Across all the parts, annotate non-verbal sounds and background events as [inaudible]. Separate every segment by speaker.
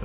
Speaker 1: The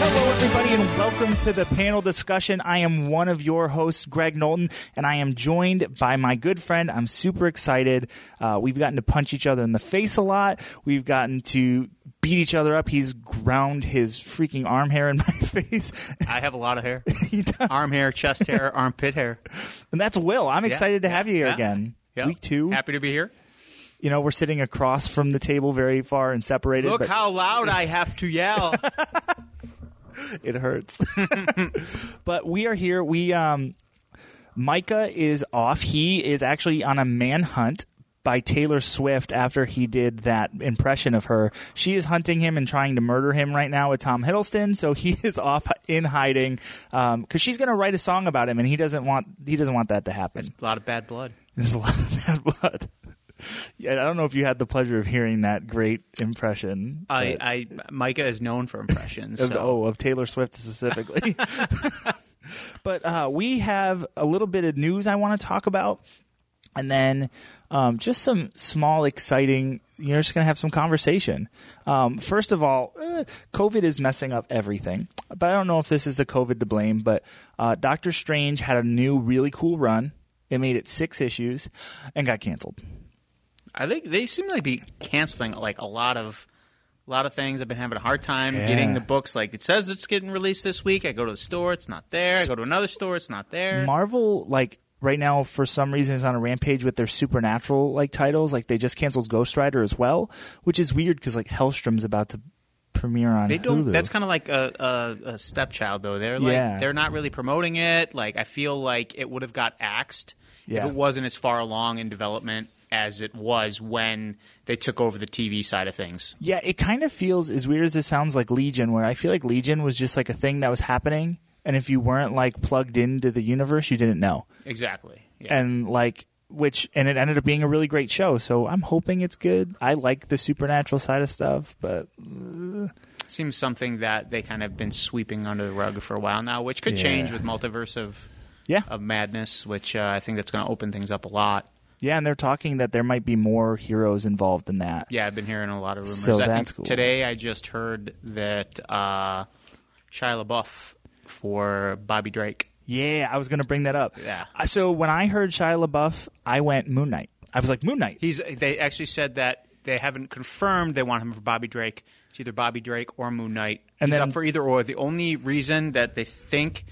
Speaker 2: Hello, everybody, and welcome to the panel discussion. I am one of your hosts, Greg Knowlton, and I am joined by my good friend. I'm super excited. Uh, we've gotten to punch each other in the face a lot. We've gotten to beat each other up. He's ground his freaking arm hair in [laughs] my face,
Speaker 3: I have a lot of
Speaker 2: [laughs]
Speaker 3: hair. Arm hair, chest hair, armpit hair.
Speaker 2: and that's Will. I'm
Speaker 3: Yeah,
Speaker 2: excited to
Speaker 3: yeah,
Speaker 2: have you here
Speaker 3: yeah,
Speaker 2: again.
Speaker 3: yeah.
Speaker 2: Week two.
Speaker 3: Happy to be here.
Speaker 2: You know, we're sitting across from the table, very far and separated.
Speaker 3: Look
Speaker 2: but-
Speaker 3: how loud I have to
Speaker 2: [laughs]
Speaker 3: yell.
Speaker 2: it hurts. [laughs] but we are here. We um, Micah is off. He is actually on a manhunt by Taylor Swift after he did that impression of her. She is hunting him and trying to murder him right now with Tom Hiddleston. So he [laughs] is off in hiding because she's going to write a song about him, and he doesn't want he doesn't want that to happen.
Speaker 3: a lot of bad blood.
Speaker 2: [laughs] There's a lot of bad blood. Yeah, I don't know if you had the pleasure of hearing that great impression.
Speaker 3: I,
Speaker 2: but-
Speaker 3: I Micah is known for impressions.
Speaker 2: [laughs] of,
Speaker 3: so-
Speaker 2: oh of Taylor Swift specifically. but uh, we have a little bit of news I want to talk about, and then um, just some small exciting. You're just going to have some conversation. Um, first of all, eh, COVID is messing up everything, but I don't know if this is a COVID to blame. But uh, Doctor Strange had a new really cool run. It made it six issues, and got canceled.
Speaker 3: I think they seem like be canceling like a lot of a lot of things. I've been having a hard time getting the books. Like it says it's getting released this week. I go to the store, it's not there. I go to another store, it's not there.
Speaker 2: Marvel, like right now, for some reason, is on a rampage with their supernatural like titles. Like they just canceled Ghost Rider as well, which is weird because like Hellstrom's about to premiere on
Speaker 3: they don't.
Speaker 2: Hulu.
Speaker 3: That's kind of like a, a, a stepchild, though. They're like
Speaker 2: Yeah.
Speaker 3: they're not really promoting it. Like I feel like it would have got axed
Speaker 2: Yeah.
Speaker 3: if it wasn't as far along in development as it was when they took over the TV side of things.
Speaker 2: yeah, it kind of feels as weird as this sounds like Legion, where I feel like Legion was just like a thing that was happening, and if you weren't like plugged into the universe, you didn't know.
Speaker 3: Exactly. Yeah.
Speaker 2: and like which and it ended up being a really great show so i'm hoping it's good i like the supernatural side of stuff but Eh.
Speaker 3: seems something that they kind of been sweeping under the rug for a while now, which could
Speaker 2: Yeah.
Speaker 3: change with multiverse of
Speaker 2: yeah
Speaker 3: of madness, which uh, I think that's going to open things up a lot.
Speaker 2: yeah and they're talking that there might be more heroes involved in that
Speaker 3: Yeah, I've been hearing a lot of rumors.
Speaker 2: So
Speaker 3: I
Speaker 2: that's
Speaker 3: think
Speaker 2: cool.
Speaker 3: today I just heard that uh, Shia LaBeouf for Bobby Drake.
Speaker 2: Yeah, I was going to bring that up.
Speaker 3: Yeah.
Speaker 2: Uh, So when I heard Shia LaBeouf, I went Moon Knight. I was like Moon Knight.
Speaker 3: He's. They actually said that they haven't confirmed they want him for Bobby Drake. It's either Bobby Drake or Moon Knight.
Speaker 2: And
Speaker 3: And He's
Speaker 2: then-
Speaker 3: up for either or. The only reason that they think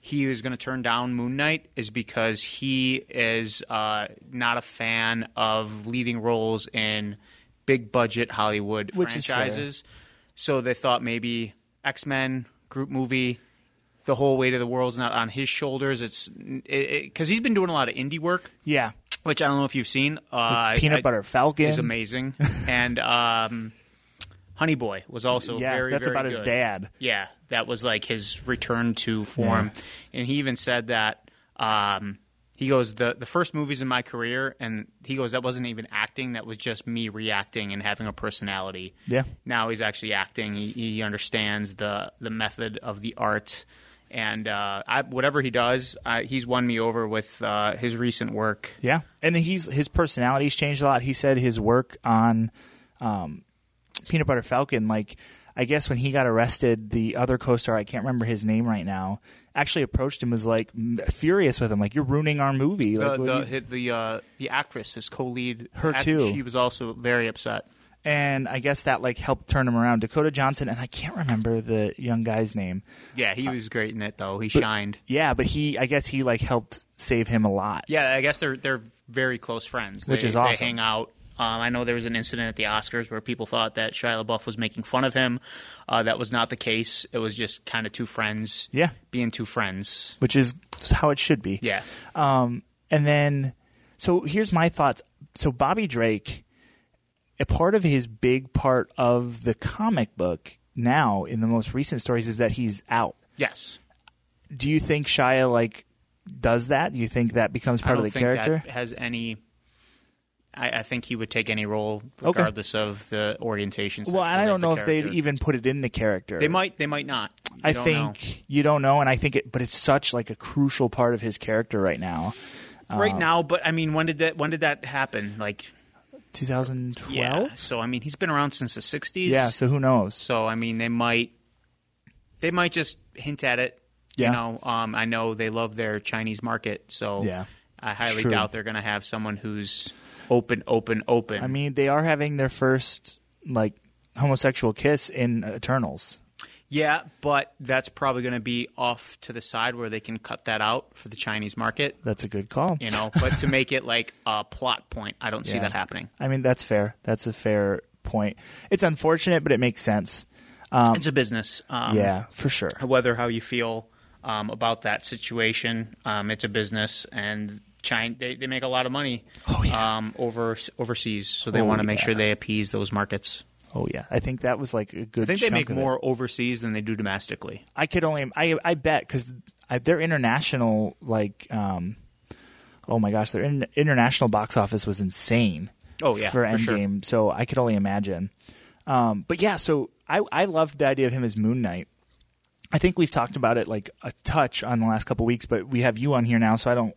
Speaker 3: he is going to turn down Moon Knight is because he is uh, not a fan of leading roles in big budget Hollywood
Speaker 2: Which is fair.
Speaker 3: franchises. So they thought maybe X Men group movie. The whole weight of the world's not on his shoulders. It's because it, 'cause he's been doing a lot of indie work
Speaker 2: yeah.
Speaker 3: which I don't know if you've seen. Uh,
Speaker 2: Peanut
Speaker 3: I-
Speaker 2: Butter Falcon.
Speaker 3: is
Speaker 2: [laughs]
Speaker 3: amazing, and um, Honey Boy was also
Speaker 2: yeah,
Speaker 3: very,
Speaker 2: that's
Speaker 3: very
Speaker 2: about his
Speaker 3: good.
Speaker 2: dad.
Speaker 3: Yeah, that was like his return to form, and he even said that um, he goes the the first movies in my career, and he goes that wasn't even acting, that was just me reacting and having a personality.
Speaker 2: Yeah.
Speaker 3: now he's actually acting. He, he understands the the method of the art, and uh, I, whatever he does, I, he's won me over with uh, his recent work.
Speaker 2: Yeah. And he's his personality's changed a lot. He said his work on um, Peanut Butter Falcon like I guess when he got arrested, the other co-star, I can't remember his name right now, actually approached him was like m- furious with him like you're ruining our movie.
Speaker 3: the
Speaker 2: like, what are
Speaker 3: the
Speaker 2: you-"
Speaker 3: hi- the, uh, the actress, his co-lead,
Speaker 2: Her
Speaker 3: act-
Speaker 2: too.
Speaker 3: She was also very upset.
Speaker 2: and I guess that like helped turn him around. Dakota Johnson and I can't remember the young guy's name.
Speaker 3: Yeah, he was great in it though. He shined.
Speaker 2: Yeah, but he I guess he like helped save him a lot.
Speaker 3: Yeah, I guess they're they're very close friends,
Speaker 2: Which
Speaker 3: They-
Speaker 2: is awesome.
Speaker 3: They hang out. Um, I know there was an incident at the Oscars where people thought that Shia LaBeouf was making fun of him. Uh, that was not the case. It was just kind of two friends.
Speaker 2: Yeah.
Speaker 3: being two friends.
Speaker 2: which is how it should be.
Speaker 3: Yeah,
Speaker 2: Um, and then, so here's my thoughts. So Bobby Drake, a part of his big part of the comic book now in the most recent stories is that he's out.
Speaker 3: yes.
Speaker 2: Do you think Shia like does that? Do you think that becomes
Speaker 3: I
Speaker 2: part of
Speaker 3: don't
Speaker 2: the
Speaker 3: think
Speaker 2: character?
Speaker 3: that has any I, I think he would take any role regardless of the orientation.
Speaker 2: Well, and
Speaker 3: sexually
Speaker 2: I don't
Speaker 3: of
Speaker 2: know
Speaker 3: the
Speaker 2: if they'd
Speaker 3: character.
Speaker 2: even put it in the character.
Speaker 3: They might. They might not. You
Speaker 2: I
Speaker 3: don't
Speaker 2: think
Speaker 3: know.
Speaker 2: you don't know, and I think it, but it's such like a crucial part of his character right now. uh,
Speaker 3: right now. But I mean, when did that? When did that happen? Like,
Speaker 2: 2012.
Speaker 3: yeah. So I mean, he's been around since the '60s.
Speaker 2: Yeah, so who knows?
Speaker 3: So I mean, they might. They might just hint at it.
Speaker 2: Yeah.
Speaker 3: You know, um, I know they love their Chinese market, so
Speaker 2: Yeah.
Speaker 3: I highly
Speaker 2: True.
Speaker 3: doubt they're going to have someone who's open, open, open.
Speaker 2: I mean, they are having their first like homosexual kiss in Eternals.
Speaker 3: Yeah, but that's probably going to be off to the side where they can cut that out for the Chinese market,
Speaker 2: That's a good call.
Speaker 3: you know. but to make it like a plot point, I don't see
Speaker 2: Yeah.
Speaker 3: that happening.
Speaker 2: I mean, that's fair. That's a fair point. It's unfortunate, but it makes sense. Um,
Speaker 3: It's a business. Um,
Speaker 2: yeah, for sure.
Speaker 3: Whether how you feel um, about that situation, um, it's a business, and China they, they make a lot of money
Speaker 2: Oh, yeah.
Speaker 3: um, over overseas, so they
Speaker 2: Oh,
Speaker 3: want to make
Speaker 2: yeah.
Speaker 3: sure they appease those markets.
Speaker 2: Oh yeah, I think that was like a good.
Speaker 3: I think they
Speaker 2: chunk
Speaker 3: make
Speaker 2: of it.
Speaker 3: more overseas than they do domestically.
Speaker 2: I could only I I bet because their international like um oh my gosh their in, international box office was insane.
Speaker 3: Oh, yeah,
Speaker 2: for
Speaker 3: for sure.
Speaker 2: Endgame, so I could only imagine. Um, but yeah, so I I loved the idea of him as Moon Knight. I think we've talked about it like a touch on the last couple weeks, but we have you on here now, so I don't.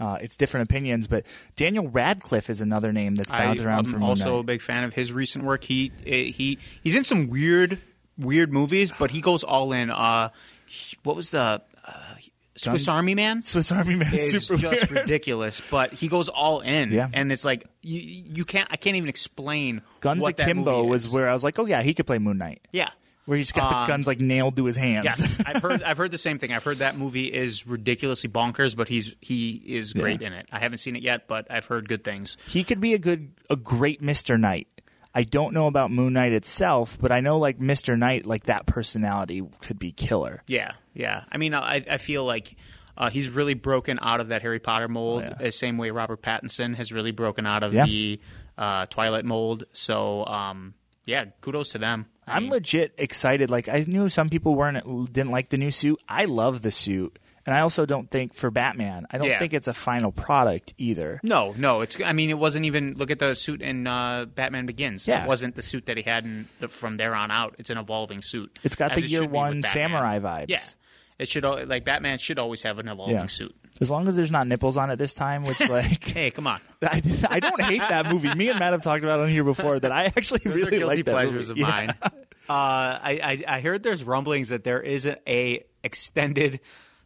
Speaker 2: Uh, it's different opinions, but Daniel Radcliffe is another name that's
Speaker 3: I,
Speaker 2: bounced around for
Speaker 3: I'm
Speaker 2: Moon
Speaker 3: also a
Speaker 2: Knight. [laughs]
Speaker 3: big fan of his recent work. He eh, he he's in some weird weird movies, but he goes all in. Uh, he- what was the uh, Swiss Army Man?
Speaker 2: Swiss Army Man is
Speaker 3: It's
Speaker 2: super
Speaker 3: just
Speaker 2: weird.
Speaker 3: ridiculous, but he goes all in,
Speaker 2: Yeah.
Speaker 3: and it's like you, you can't. I can't even explain.
Speaker 2: Guns
Speaker 3: what that
Speaker 2: Akimbo
Speaker 3: movie
Speaker 2: was
Speaker 3: is.
Speaker 2: where I was like, oh yeah, he could play Moon Knight.
Speaker 3: yeah,
Speaker 2: where he's got the
Speaker 3: Um,
Speaker 2: guns like nailed to his hands.
Speaker 3: yeah. I've heard I've heard the same thing. I've heard that movie is ridiculously bonkers, but he's he is great in it. I haven't seen it yet, but I've heard good things.
Speaker 2: [laughs] he could be a good, a great Mister Knight. I don't know about Moon Knight itself, but I know like Mister Knight, like that personality could be killer.
Speaker 3: Yeah, yeah. I mean, I I feel like uh, he's really broken out of that Harry Potter mold,
Speaker 2: yeah.
Speaker 3: the same way Robert Pattinson has really broken out of
Speaker 2: Yeah.
Speaker 3: the uh, Twilight mold. So, um, yeah, kudos to them. I
Speaker 2: I'm
Speaker 3: mean,
Speaker 2: legit excited. Like I knew some people weren't didn't like the new suit. I love the suit, and I also don't think for Batman, I don't
Speaker 3: Yeah.
Speaker 2: think it's a final product either.
Speaker 3: no, no. It's I mean, it wasn't even look at the suit in uh, Batman Begins.
Speaker 2: Yeah.
Speaker 3: It wasn't the suit that he had in the, from there on out. It's an evolving suit.
Speaker 2: It's got
Speaker 3: as
Speaker 2: the
Speaker 3: it
Speaker 2: year
Speaker 3: should be with
Speaker 2: one
Speaker 3: Batman.
Speaker 2: samurai vibes.
Speaker 3: Yeah, it should al- like Batman should always have an evolving
Speaker 2: Yeah.
Speaker 3: suit.
Speaker 2: As long as there's not nipples on it this time,
Speaker 3: [laughs]
Speaker 2: which like.
Speaker 3: Hey, come on.
Speaker 2: I, I don't hate that movie. Me and Matt have talked about it on here before that I actually
Speaker 3: Those
Speaker 2: really
Speaker 3: are guilty
Speaker 2: like that
Speaker 3: pleasures
Speaker 2: movie.
Speaker 3: of
Speaker 2: Yeah. [laughs]
Speaker 3: mine. Uh, I, I I heard there's rumblings that there is a, a extended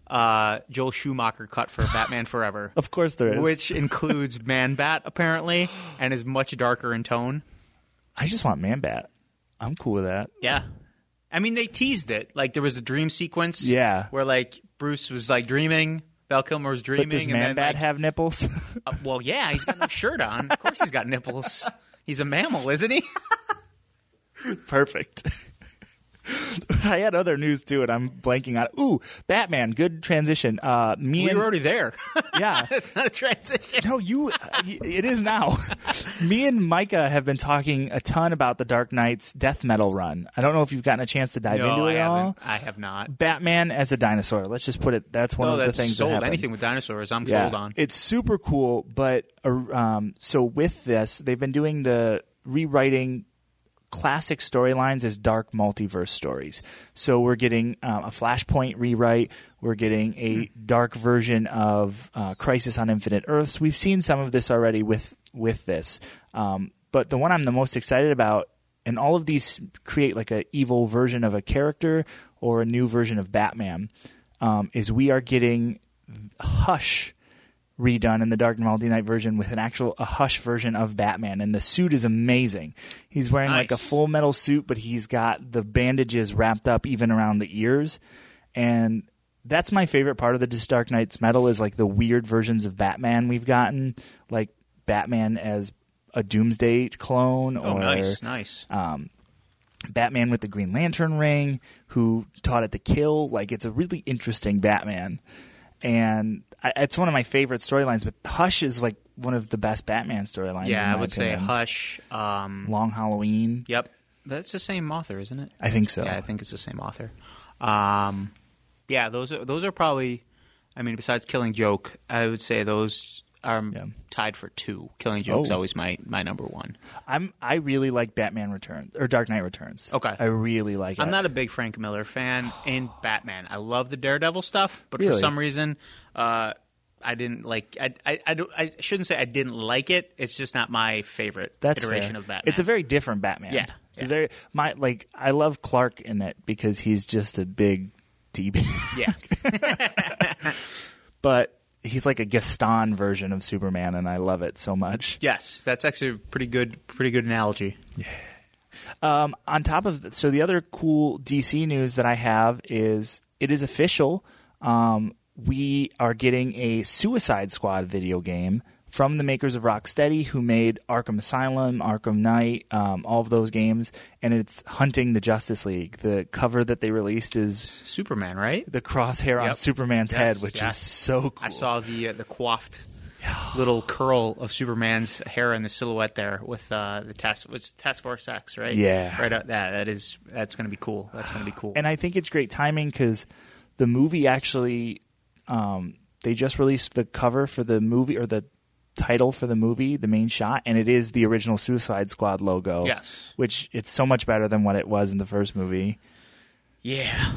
Speaker 3: uh, Joel Schumacher cut for Batman Forever,
Speaker 2: [laughs] Of course there is.
Speaker 3: which includes Man Bat
Speaker 2: [gasps]
Speaker 3: apparently, and is much darker in tone.
Speaker 2: I just want Man Bat. I'm cool with that.
Speaker 3: Yeah, I mean they teased it. Like there was a dream sequence.
Speaker 2: Yeah.
Speaker 3: where like Bruce was like dreaming, Val Kilmer was dreaming.
Speaker 2: But does
Speaker 3: and
Speaker 2: Man
Speaker 3: then,
Speaker 2: Bat
Speaker 3: like,
Speaker 2: have nipples? [laughs]
Speaker 3: uh, well, yeah, he's got no shirt on. Of course, he's got nipples. He's a mammal, isn't
Speaker 2: [laughs]
Speaker 3: he?
Speaker 2: Perfect. [laughs] I had other news too, and I'm blanking on. it. Ooh, Batman. Good transition. Uh, me
Speaker 3: We
Speaker 2: and
Speaker 3: were already there. [laughs]
Speaker 2: yeah.
Speaker 3: That's not a transition.
Speaker 2: No, you. uh, It is now. [laughs] Me and Micah have been talking a ton about the Dark Knight's death metal run. I don't know if you've gotten a chance to dive into
Speaker 3: I
Speaker 2: it at
Speaker 3: haven't.
Speaker 2: all.
Speaker 3: I have not.
Speaker 2: Batman as a dinosaur. Let's just put it. That's one
Speaker 3: No,
Speaker 2: of
Speaker 3: Oh, that's
Speaker 2: the things
Speaker 3: sold.
Speaker 2: that happened.
Speaker 3: Anything with dinosaurs, I'm sold on.
Speaker 2: It's super cool, but uh, um, so with this, they've been doing the rewriting classic storylines as dark multiverse stories. So we're getting um, a Flashpoint rewrite. We're getting a dark version of uh, Crisis on Infinite Earths. We've seen some of this already with with this, um, but the one I'm the most excited about. And all of these create like a evil version of a character or a new version of Batman. Um, is we are getting Hush redone in the Dark Maldi Knight version with an actual a Hush version of Batman, and the suit is amazing. He's wearing like a
Speaker 3: Nice.
Speaker 2: full metal suit, but he's got the bandages wrapped up even around the ears, and that's my favorite part of the Dis- Dark Knight's metal is like the weird versions of Batman we've gotten, like Batman as a Doomsday clone,
Speaker 3: Oh,
Speaker 2: or
Speaker 3: nice, nice.
Speaker 2: Batman with the Green Lantern ring, who taught it to kill. Like it's a really interesting Batman, and I, it's one of my favorite storylines. But Hush is like one of the best Batman storylines. in
Speaker 3: yeah, I
Speaker 2: my
Speaker 3: would say
Speaker 2: opinion.
Speaker 3: Hush. Um,
Speaker 2: Long Halloween.
Speaker 3: yep, that's the same author, isn't it?
Speaker 2: I think so.
Speaker 3: Yeah, I think it's the same author. Um, yeah, those are those are probably. I mean, besides Killing Joke, I would say those are
Speaker 2: Yeah.
Speaker 3: tied for two. Killing Joke's
Speaker 2: Oh.
Speaker 3: always my, my number one.
Speaker 2: I'm I really like Batman Returns or Dark Knight Returns.
Speaker 3: Okay.
Speaker 2: I really like it.
Speaker 3: I'm not a big Frank Miller fan in Batman. I love the Daredevil stuff, but for
Speaker 2: Really?
Speaker 3: some reason, uh, I didn't like. I I, I, don't, I shouldn't say I didn't like it. It's just not my favorite
Speaker 2: That's
Speaker 3: iteration
Speaker 2: fair.
Speaker 3: of Batman.
Speaker 2: It's a very different Batman.
Speaker 3: Yeah,
Speaker 2: It's
Speaker 3: yeah.
Speaker 2: a very my like I love Clark in it because he's just a big DB.
Speaker 3: yeah.
Speaker 2: [laughs] but he's like a Gaston version of Superman and I love it so much.
Speaker 3: yes, that's actually a pretty good pretty good analogy.
Speaker 2: Um, on top of so the other cool DC news that I have is it is official. Um, we are getting a Suicide Squad video game from the makers of Rocksteady, who made Arkham Asylum, Arkham Knight, um, all of those games, and it's hunting the Justice League. The cover that they released is
Speaker 3: Superman, right?
Speaker 2: the crosshair on
Speaker 3: Yep.
Speaker 2: Superman's
Speaker 3: Yes,
Speaker 2: head, which
Speaker 3: yes.
Speaker 2: is so cool.
Speaker 3: I saw the uh, the coiffed little curl of Superman's hair in the silhouette there with uh, the task. It's Task Force X, right?
Speaker 2: Yeah.
Speaker 3: right. Out, that that is that's going to be cool. That's going to be cool.
Speaker 2: and I think it's great timing because the movie actually um, they just released the cover for the movie or the title for the movie, the main shot, and it is the original Suicide Squad logo.
Speaker 3: Yes.
Speaker 2: which it's so much better than what it was in the first movie.
Speaker 3: yeah.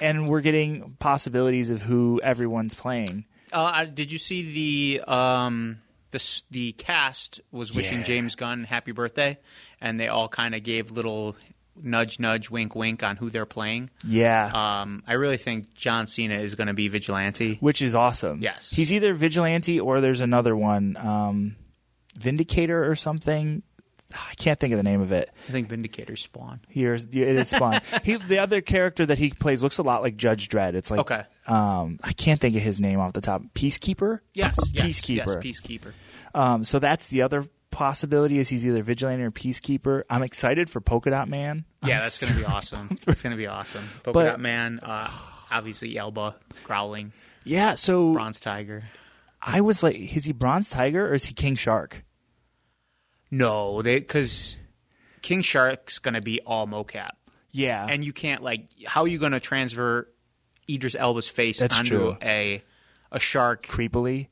Speaker 2: And we're getting possibilities of who everyone's playing.
Speaker 3: Uh, I- did you see the um, the s- the cast was wishing
Speaker 2: Yeah.
Speaker 3: James Gunn happy birthday, and they all kind of gave little nudge, nudge, wink, wink on who they're playing.
Speaker 2: Yeah,
Speaker 3: Um, I really think John Cena is going to be Vigilante.
Speaker 2: which is awesome.
Speaker 3: Yes.
Speaker 2: he's either vigilante or there's another one, um, Vindicator or something. I can't think of the name of it.
Speaker 3: I think Vindicator Spawn.
Speaker 2: Here's it
Speaker 3: [laughs]
Speaker 2: is fun. he, the other character that he plays looks a lot like Judge Dredd. It's like
Speaker 3: Okay.
Speaker 2: um, I can't think of his name off the top. Peacekeeper.
Speaker 3: Yes, yes, Yes,
Speaker 2: peacekeeper.
Speaker 3: peacekeeper.
Speaker 2: Um, so that's the other possibility is he's either vigilante or peacekeeper. I'm excited for Polka Dot Man.
Speaker 3: Yeah,
Speaker 2: I'm
Speaker 3: that's
Speaker 2: so-
Speaker 3: going to be [laughs] awesome. That's going to be awesome. Polka
Speaker 2: But-
Speaker 3: Dot Man, uh, obviously Elba, Growling,
Speaker 2: yeah. So
Speaker 3: Bronze Tiger.
Speaker 2: I was like, is he Bronze Tiger or is he King Shark?
Speaker 3: No, they because King Shark's going to be all mocap.
Speaker 2: Yeah,
Speaker 3: and you can't like how are you going to transfer Idris Elba's face
Speaker 2: That's
Speaker 3: onto
Speaker 2: true.
Speaker 3: a a shark?
Speaker 2: creepily.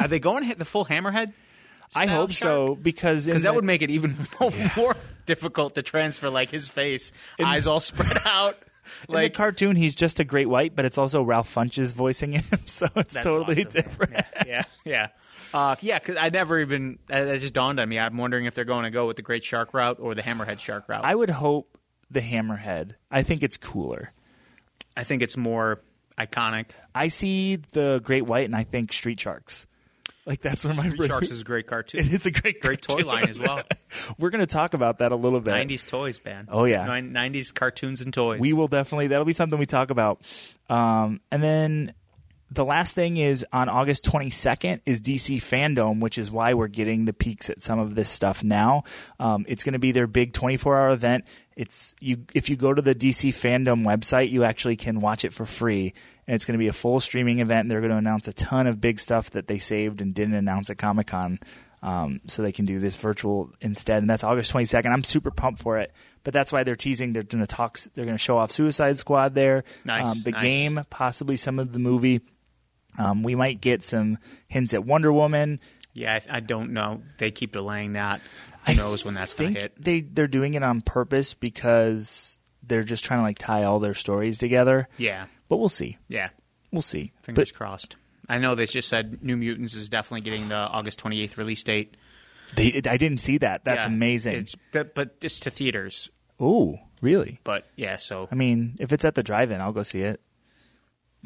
Speaker 3: Are they going to hit the full hammerhead?
Speaker 2: I hope so because in
Speaker 3: because that
Speaker 2: the-
Speaker 3: would make it even [laughs] more, more difficult to transfer like his face, eyes all spread [laughs] out.
Speaker 2: in
Speaker 3: Like
Speaker 2: the cartoon he's just a great white, but it's also Ralph Funches voicing him, [laughs] so it's
Speaker 3: that's
Speaker 2: totally
Speaker 3: awesome.
Speaker 2: different.
Speaker 3: Yeah, yeah, yeah. Uh, yeah, because I never even uh, that that just dawned on me. I'm wondering if they're going to go with the great shark route or the hammerhead shark route.
Speaker 2: I would hope the hammerhead. I think it's cooler.
Speaker 3: I think it's more iconic.
Speaker 2: I see the great white and I think street sharks. Like that's where my
Speaker 3: Three Sharks
Speaker 2: [laughs]
Speaker 3: is a great cartoon.
Speaker 2: It's a great
Speaker 3: great toy
Speaker 2: cartoon.
Speaker 3: line as
Speaker 2: [laughs]
Speaker 3: well.
Speaker 2: We're going to talk about that a little bit.
Speaker 3: 90s toys, man.
Speaker 2: Oh, yeah.
Speaker 3: Nin- 90s cartoons and toys.
Speaker 2: We will definitely that'll be something we talk about. Um, and then the last thing is on August 22nd is DC Fandom, which is why we're getting the peaks at some of this stuff now. Um, it's going to be their big 24-hour event. It's you if you go to the DC Fandom website, you actually can watch it for free, and it's going to be a full streaming event. They're going to announce a ton of big stuff that they saved and didn't announce at Comic Con. Um, so they can do this virtual instead, and that's August 22nd. I'm super pumped for it, but that's why they're teasing. They're going to talk. They're going to show off Suicide Squad there,
Speaker 3: Nice,
Speaker 2: um, the
Speaker 3: nice.
Speaker 2: game, possibly some of the movie. Um, we might get some hints at Wonder Woman.
Speaker 3: Yeah, I, I don't know. They keep delaying that. Who knows when that's going
Speaker 2: think
Speaker 3: to hit?
Speaker 2: they they're doing it on purpose because they're just trying to like tie all their stories together.
Speaker 3: Yeah,
Speaker 2: But we'll see.
Speaker 3: yeah.
Speaker 2: We'll see.
Speaker 3: Fingers crossed. I know they just said New Mutants is definitely getting the August 28th release date.
Speaker 2: But they, I didn't see that. That's
Speaker 3: Yeah,
Speaker 2: amazing.
Speaker 3: It's, that, but it's to theaters.
Speaker 2: Oh, really?
Speaker 3: But yeah, so
Speaker 2: I mean, if it's at the drive-in, I'll go see it.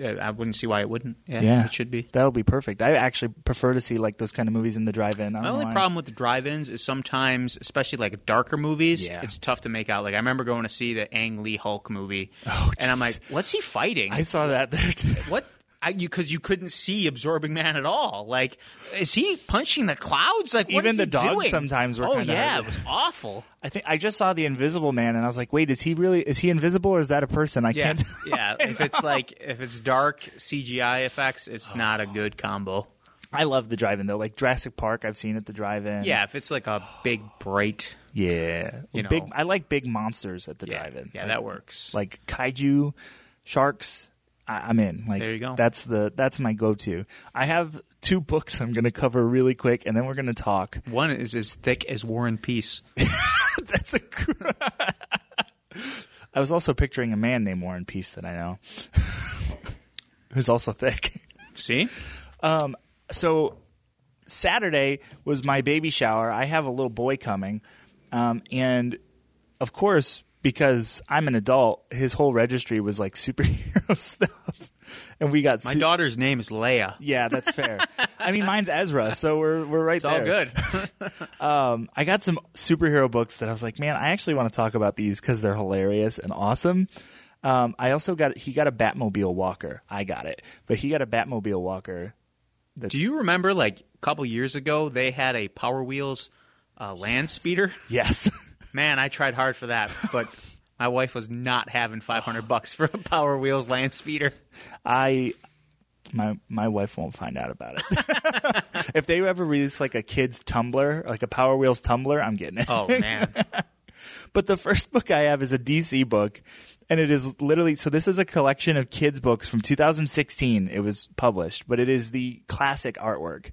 Speaker 3: uh, I wouldn't see why it wouldn't. Yeah,
Speaker 2: Yeah,
Speaker 3: it should be.
Speaker 2: That'll be perfect. I actually prefer to see like those kind of movies in the drive-in.
Speaker 3: My only problem with the drive-ins is sometimes, especially like darker movies,
Speaker 2: Yeah.
Speaker 3: it's tough to make out. Like I remember going to see the Ang Lee Hulk movie,
Speaker 2: Oh,
Speaker 3: and I'm
Speaker 2: jeez.
Speaker 3: like, "What's he fighting?"
Speaker 2: I saw that there. Too. [laughs]
Speaker 3: What? I, you because you couldn't see absorbing man at all. Like, is he punching the clouds? Like, what
Speaker 2: Even
Speaker 3: is
Speaker 2: the
Speaker 3: he
Speaker 2: dogs
Speaker 3: doing?
Speaker 2: sometimes were
Speaker 3: Oh
Speaker 2: kinda
Speaker 3: yeah,
Speaker 2: hurt.
Speaker 3: it was awful.
Speaker 2: I think I just saw the Invisible Man, and I was like, wait, is he really? Is he invisible or is that a person? I
Speaker 3: Yeah,
Speaker 2: can't. [laughs]
Speaker 3: yeah. If it's like if it's dark CGI effects, it's not
Speaker 2: Oh.
Speaker 3: a good combo.
Speaker 2: I love the drive-in though. Like Jurassic Park, I've seen at the drive-in.
Speaker 3: Yeah, if it's like a big bright,
Speaker 2: yeah.
Speaker 3: You know.
Speaker 2: big. I like big monsters at the
Speaker 3: yeah,
Speaker 2: drive-in.
Speaker 3: yeah,
Speaker 2: Like-
Speaker 3: that works.
Speaker 2: Like kaiju, sharks. I, I'm in. Like
Speaker 3: There you go.
Speaker 2: That's the that's my go-to. I have two books I'm going to cover really quick, and then we're going to talk.
Speaker 3: One is as thick as War and Peace.
Speaker 2: [laughs] That's a. Cr- I was also picturing a man named Warren Peace that I know, [laughs] who's also thick. [laughs]
Speaker 3: See?
Speaker 2: so Saturday was my baby shower. I have a little boy coming, um, and of course, because I'm an adult, his whole registry was like [laughs] superhero stuff, and we got
Speaker 3: My
Speaker 2: su-
Speaker 3: daughter's name is Leia.
Speaker 2: Yeah, that's fair. I mean, mine's Ezra, so we're we're right
Speaker 3: It's all
Speaker 2: there.
Speaker 3: good.
Speaker 2: Um, I got some superhero books that I was like, man, I actually want to talk about these because they're hilarious and awesome. Um, I also got he got a Batmobile walker. I got it, but he got a Batmobile walker.
Speaker 3: [laughs] Do you remember, like, a couple years ago, they had a Power Wheels uh, land speeder?
Speaker 2: Yes.
Speaker 3: Man, I tried hard for that, [laughs] but my wife was not having 500 bucks for a Power Wheels land speeder.
Speaker 2: [laughs] I my my wife won't find out about it. [laughs] if they ever release like a kids tumbler, like a Power Wheels tumbler, I'm getting it.
Speaker 3: [laughs] Oh, man.
Speaker 2: But the [laughs] first book I have is a DC book and it is literally so this is a collection of kids books from 2016 it was published, but it is the classic artwork.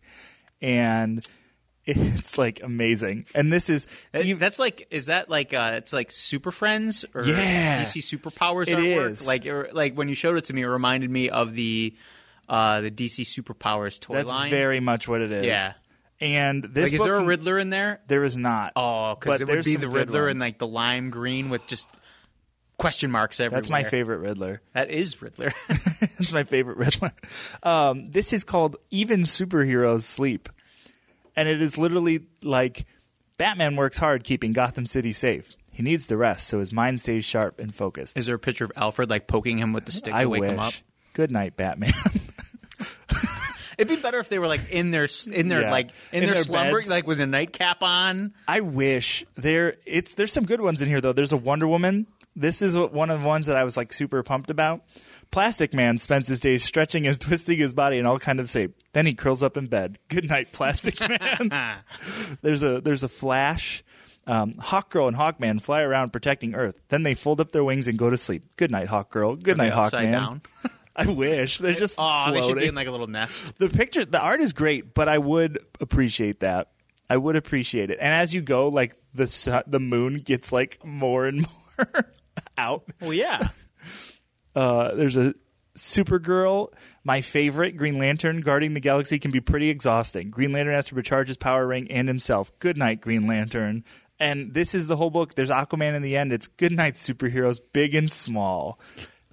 Speaker 2: And [laughs] it's like amazing. And this is eh,
Speaker 3: That- That's like, is that like, uh, it's like Super Friends or
Speaker 2: Yeah.
Speaker 3: DC Superpowers
Speaker 2: It
Speaker 3: artwork?
Speaker 2: is.
Speaker 3: Like, it- like when you showed it to me, it reminded me of the uh, the DC Superpowers toy
Speaker 2: that's
Speaker 3: line.
Speaker 2: very much what it is.
Speaker 3: Yeah.
Speaker 2: And this
Speaker 3: like, is
Speaker 2: book
Speaker 3: there a Riddler in there?
Speaker 2: there is not.
Speaker 3: Oh,
Speaker 2: But
Speaker 3: because it would
Speaker 2: there's
Speaker 3: be
Speaker 2: some
Speaker 3: the
Speaker 2: good
Speaker 3: Riddler in
Speaker 2: ones.
Speaker 3: like the lime green with just question marks everywhere.
Speaker 2: That's my favorite Riddler.
Speaker 3: That is
Speaker 2: [laughs]
Speaker 3: Riddler.
Speaker 2: That's my favorite Riddler. Um, this is called Even Superheroes Sleep. And it is literally like Batman works hard keeping Gotham City safe. He needs the rest so his mind stays sharp and focused.
Speaker 3: is there a picture of Alfred like poking him with the stick
Speaker 2: I
Speaker 3: to wake
Speaker 2: wish.
Speaker 3: him up?
Speaker 2: Good night, Batman. [laughs]
Speaker 3: It'd be better if they were like in their s- in their
Speaker 2: Yeah.
Speaker 3: like in,
Speaker 2: In
Speaker 3: their,
Speaker 2: their
Speaker 3: slumber,
Speaker 2: beds.
Speaker 3: like with a nightcap on.
Speaker 2: I wish there it's there's some good ones in here though. There's a Wonder Woman. This is one of the ones that I was like super pumped about. Plastic Man spends his days stretching and [laughs] twisting his body in all kind of shape. Then he curls up in bed. Good night, Plastic [laughs] Man. there's a there's a Flash. Um, Hawk Girl and Hawkman fly around protecting Earth. Then they fold up their wings and go to sleep. Good night, Hawk Girl. Good
Speaker 3: They're
Speaker 2: night,
Speaker 3: upside
Speaker 2: Hawkman.
Speaker 3: down.
Speaker 2: [laughs]
Speaker 3: [laughs]
Speaker 2: I wish they're just
Speaker 3: Oh,
Speaker 2: floating
Speaker 3: they should be in like a little nest.
Speaker 2: the picture the art is great but i would appreciate that i would appreciate it and as you go like the su- the moon gets like more and [laughs] more out
Speaker 3: Well, yeah.
Speaker 2: uh, there's a supergirl my favorite green lantern guarding the galaxy can be pretty exhausting green lantern has to recharge his power ring and himself good night green lantern and this is the whole book there's aquaman in the end it's good night superheroes big and small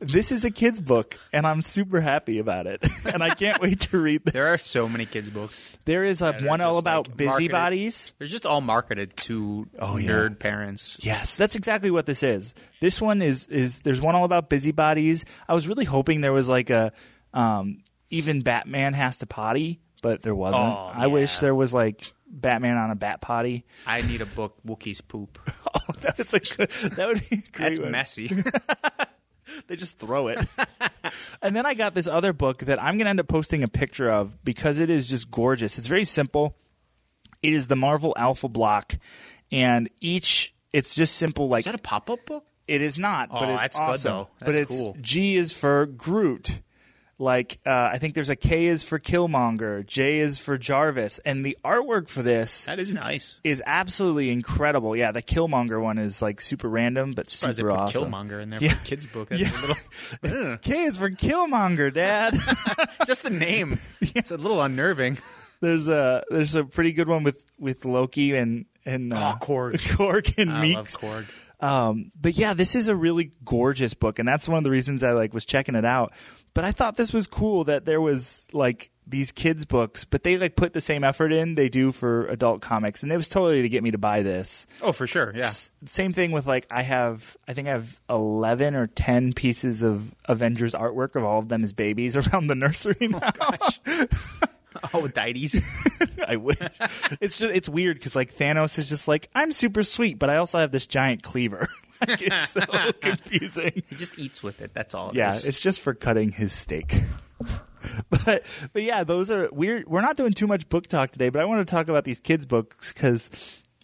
Speaker 2: this is a kid's book and i'm super happy about it [laughs] and i can't wait to
Speaker 3: [laughs]
Speaker 2: read
Speaker 3: [laughs]
Speaker 2: this
Speaker 3: There are so many kids' books.
Speaker 2: there is a
Speaker 3: they're
Speaker 2: one all
Speaker 3: just,
Speaker 2: about
Speaker 3: like, marketed.
Speaker 2: busybodies.
Speaker 3: They're just all marketed to
Speaker 2: Oh,
Speaker 3: nerd parents.
Speaker 2: Yes, that's exactly what this is. This one is is there's one all about busybodies. I was really hoping there was like a um, even Batman has to potty, but there wasn't.
Speaker 3: Oh,
Speaker 2: I wish
Speaker 3: yeah.
Speaker 2: there was like Batman on a bat potty.
Speaker 3: I need a book, Wookiee's Poop.
Speaker 2: [laughs] Oh, that's a good. That would be a great
Speaker 3: That's
Speaker 2: one.
Speaker 3: messy.
Speaker 2: They just throw it. [laughs] and then I got this other book that I'm going to end up posting a picture of because it is just gorgeous. It's very simple. It is the Marvel Alpha Block, and each it's just simple like
Speaker 3: Is that a pop up book?
Speaker 2: It is not, but
Speaker 3: Oh,
Speaker 2: it's
Speaker 3: that's good,
Speaker 2: awesome.
Speaker 3: though.
Speaker 2: but
Speaker 3: That's
Speaker 2: it's
Speaker 3: cool.
Speaker 2: G is for Groot. Like uh, I think there's a K is for Killmonger, J is for Jarvis, and the artwork for this
Speaker 3: That is nice.
Speaker 2: is absolutely incredible. Yeah, the Killmonger one is like super random, but
Speaker 3: surprised they
Speaker 2: super
Speaker 3: put
Speaker 2: awesome.
Speaker 3: Killmonger in there
Speaker 2: Yeah.
Speaker 3: for a kids' book. That's
Speaker 2: Yeah.
Speaker 3: a little,
Speaker 2: K is for Killmonger,
Speaker 3: [laughs]
Speaker 2: Dad.
Speaker 3: just the name. It's a little unnerving.
Speaker 2: there's a there's a pretty good one with with Loki and and uh,
Speaker 3: Oh, Korg.
Speaker 2: Korg and
Speaker 3: I love
Speaker 2: Meeks.
Speaker 3: Korg.
Speaker 2: Um, but yeah, this is a really gorgeous book, and that's one of the reasons I like was checking it out. But I thought this was cool that there was like these kids books, but they like put the same effort in they do for adult comics, and it was totally to get me to buy this.
Speaker 3: Oh, for sure.
Speaker 2: [laughs]
Speaker 3: Yeah.
Speaker 2: S- same thing with like I have I think I have eleven or ten pieces of Avengers artwork of all of them as babies [laughs] around the nursery. Now.
Speaker 3: Oh, Deities.
Speaker 2: [laughs] I wish it's just it's weird because like Thanos is just like I'm super sweet, but I also have this giant cleaver. [laughs] like, it's so confusing.
Speaker 3: he just eats with it. That's all. it
Speaker 2: Yeah,
Speaker 3: is.
Speaker 2: it's just for cutting his steak. [laughs] but but yeah, those are we're we're not doing too much book talk today, but I want to talk about these kids books cuz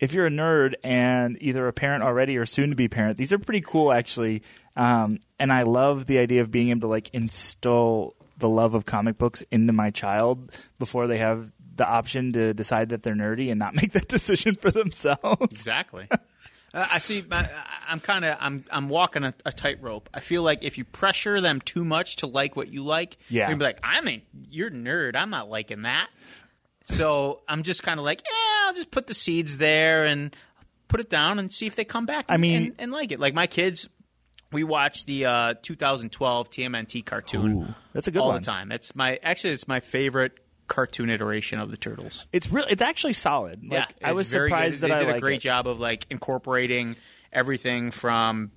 Speaker 2: if you're a nerd and either a parent already or soon to be parent, these are pretty cool actually. Um, and I love the idea of being able to like instill the love of comic books into my child before they have the option to decide that they're nerdy and not [laughs] make that decision for themselves.
Speaker 3: Exactly. Uh, I see. My, I'm kind of. I'm. I'm walking a, a tightrope. I feel like if you pressure them too much to like what you like,
Speaker 2: Yeah.
Speaker 3: they're gonna be like, "I'm a. You're a nerd. I'm not liking that." So I'm just kind of like, "Yeah, I'll just put the seeds there and put it down and see if they come back. And,
Speaker 2: I mean-
Speaker 3: and, and like it. Like my kids, we watch the uh, 2012 TMNT cartoon.
Speaker 2: That's a good
Speaker 3: all
Speaker 2: one.
Speaker 3: the time. It's my actually it's my favorite cartoon iteration of the turtles.
Speaker 2: It's really it's actually solid. Like
Speaker 3: yeah,
Speaker 2: I
Speaker 3: it's
Speaker 2: was
Speaker 3: very good.
Speaker 2: surprised
Speaker 3: they
Speaker 2: that I
Speaker 3: did
Speaker 2: like
Speaker 3: a great
Speaker 2: it.
Speaker 3: job of like incorporating everything from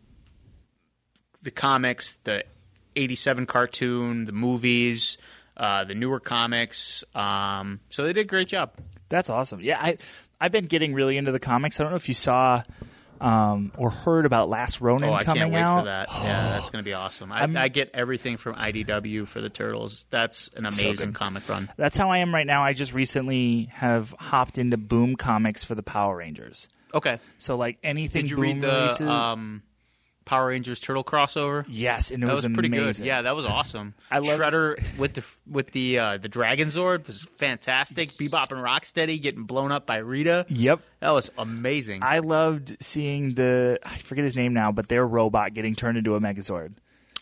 Speaker 3: the comics, the '87 cartoon, the movies, uh, the newer comics. Um, so they did a great job.
Speaker 2: That's awesome. Yeah, I I've been getting really into the comics. I don't know if you saw um, or heard about Last Ronin
Speaker 3: Oh, I
Speaker 2: coming
Speaker 3: can't wait
Speaker 2: out.
Speaker 3: for that.
Speaker 2: [gasps]
Speaker 3: Yeah, that's going to be awesome. I, I get everything from IDW for the Turtles. That's an amazing comic run.
Speaker 2: That's how I am right now. I just recently have hopped into Boom Comics for the Power Rangers.
Speaker 3: Okay.
Speaker 2: So like anything
Speaker 3: Did you
Speaker 2: Boom
Speaker 3: read the
Speaker 2: releases-
Speaker 3: um, Power Rangers Turtle crossover?
Speaker 2: yes, and it
Speaker 3: That
Speaker 2: was,
Speaker 3: was, pretty
Speaker 2: amazing.
Speaker 3: good. Yeah, that was awesome.
Speaker 2: I love-
Speaker 3: Shredder with the with the uh, the Dragon Zord was fantastic. Bebop and Rocksteady getting blown up by Rita.
Speaker 2: Yep.
Speaker 3: That was amazing.
Speaker 2: I loved seeing the I forget his name now, but their robot getting turned into a Megazord.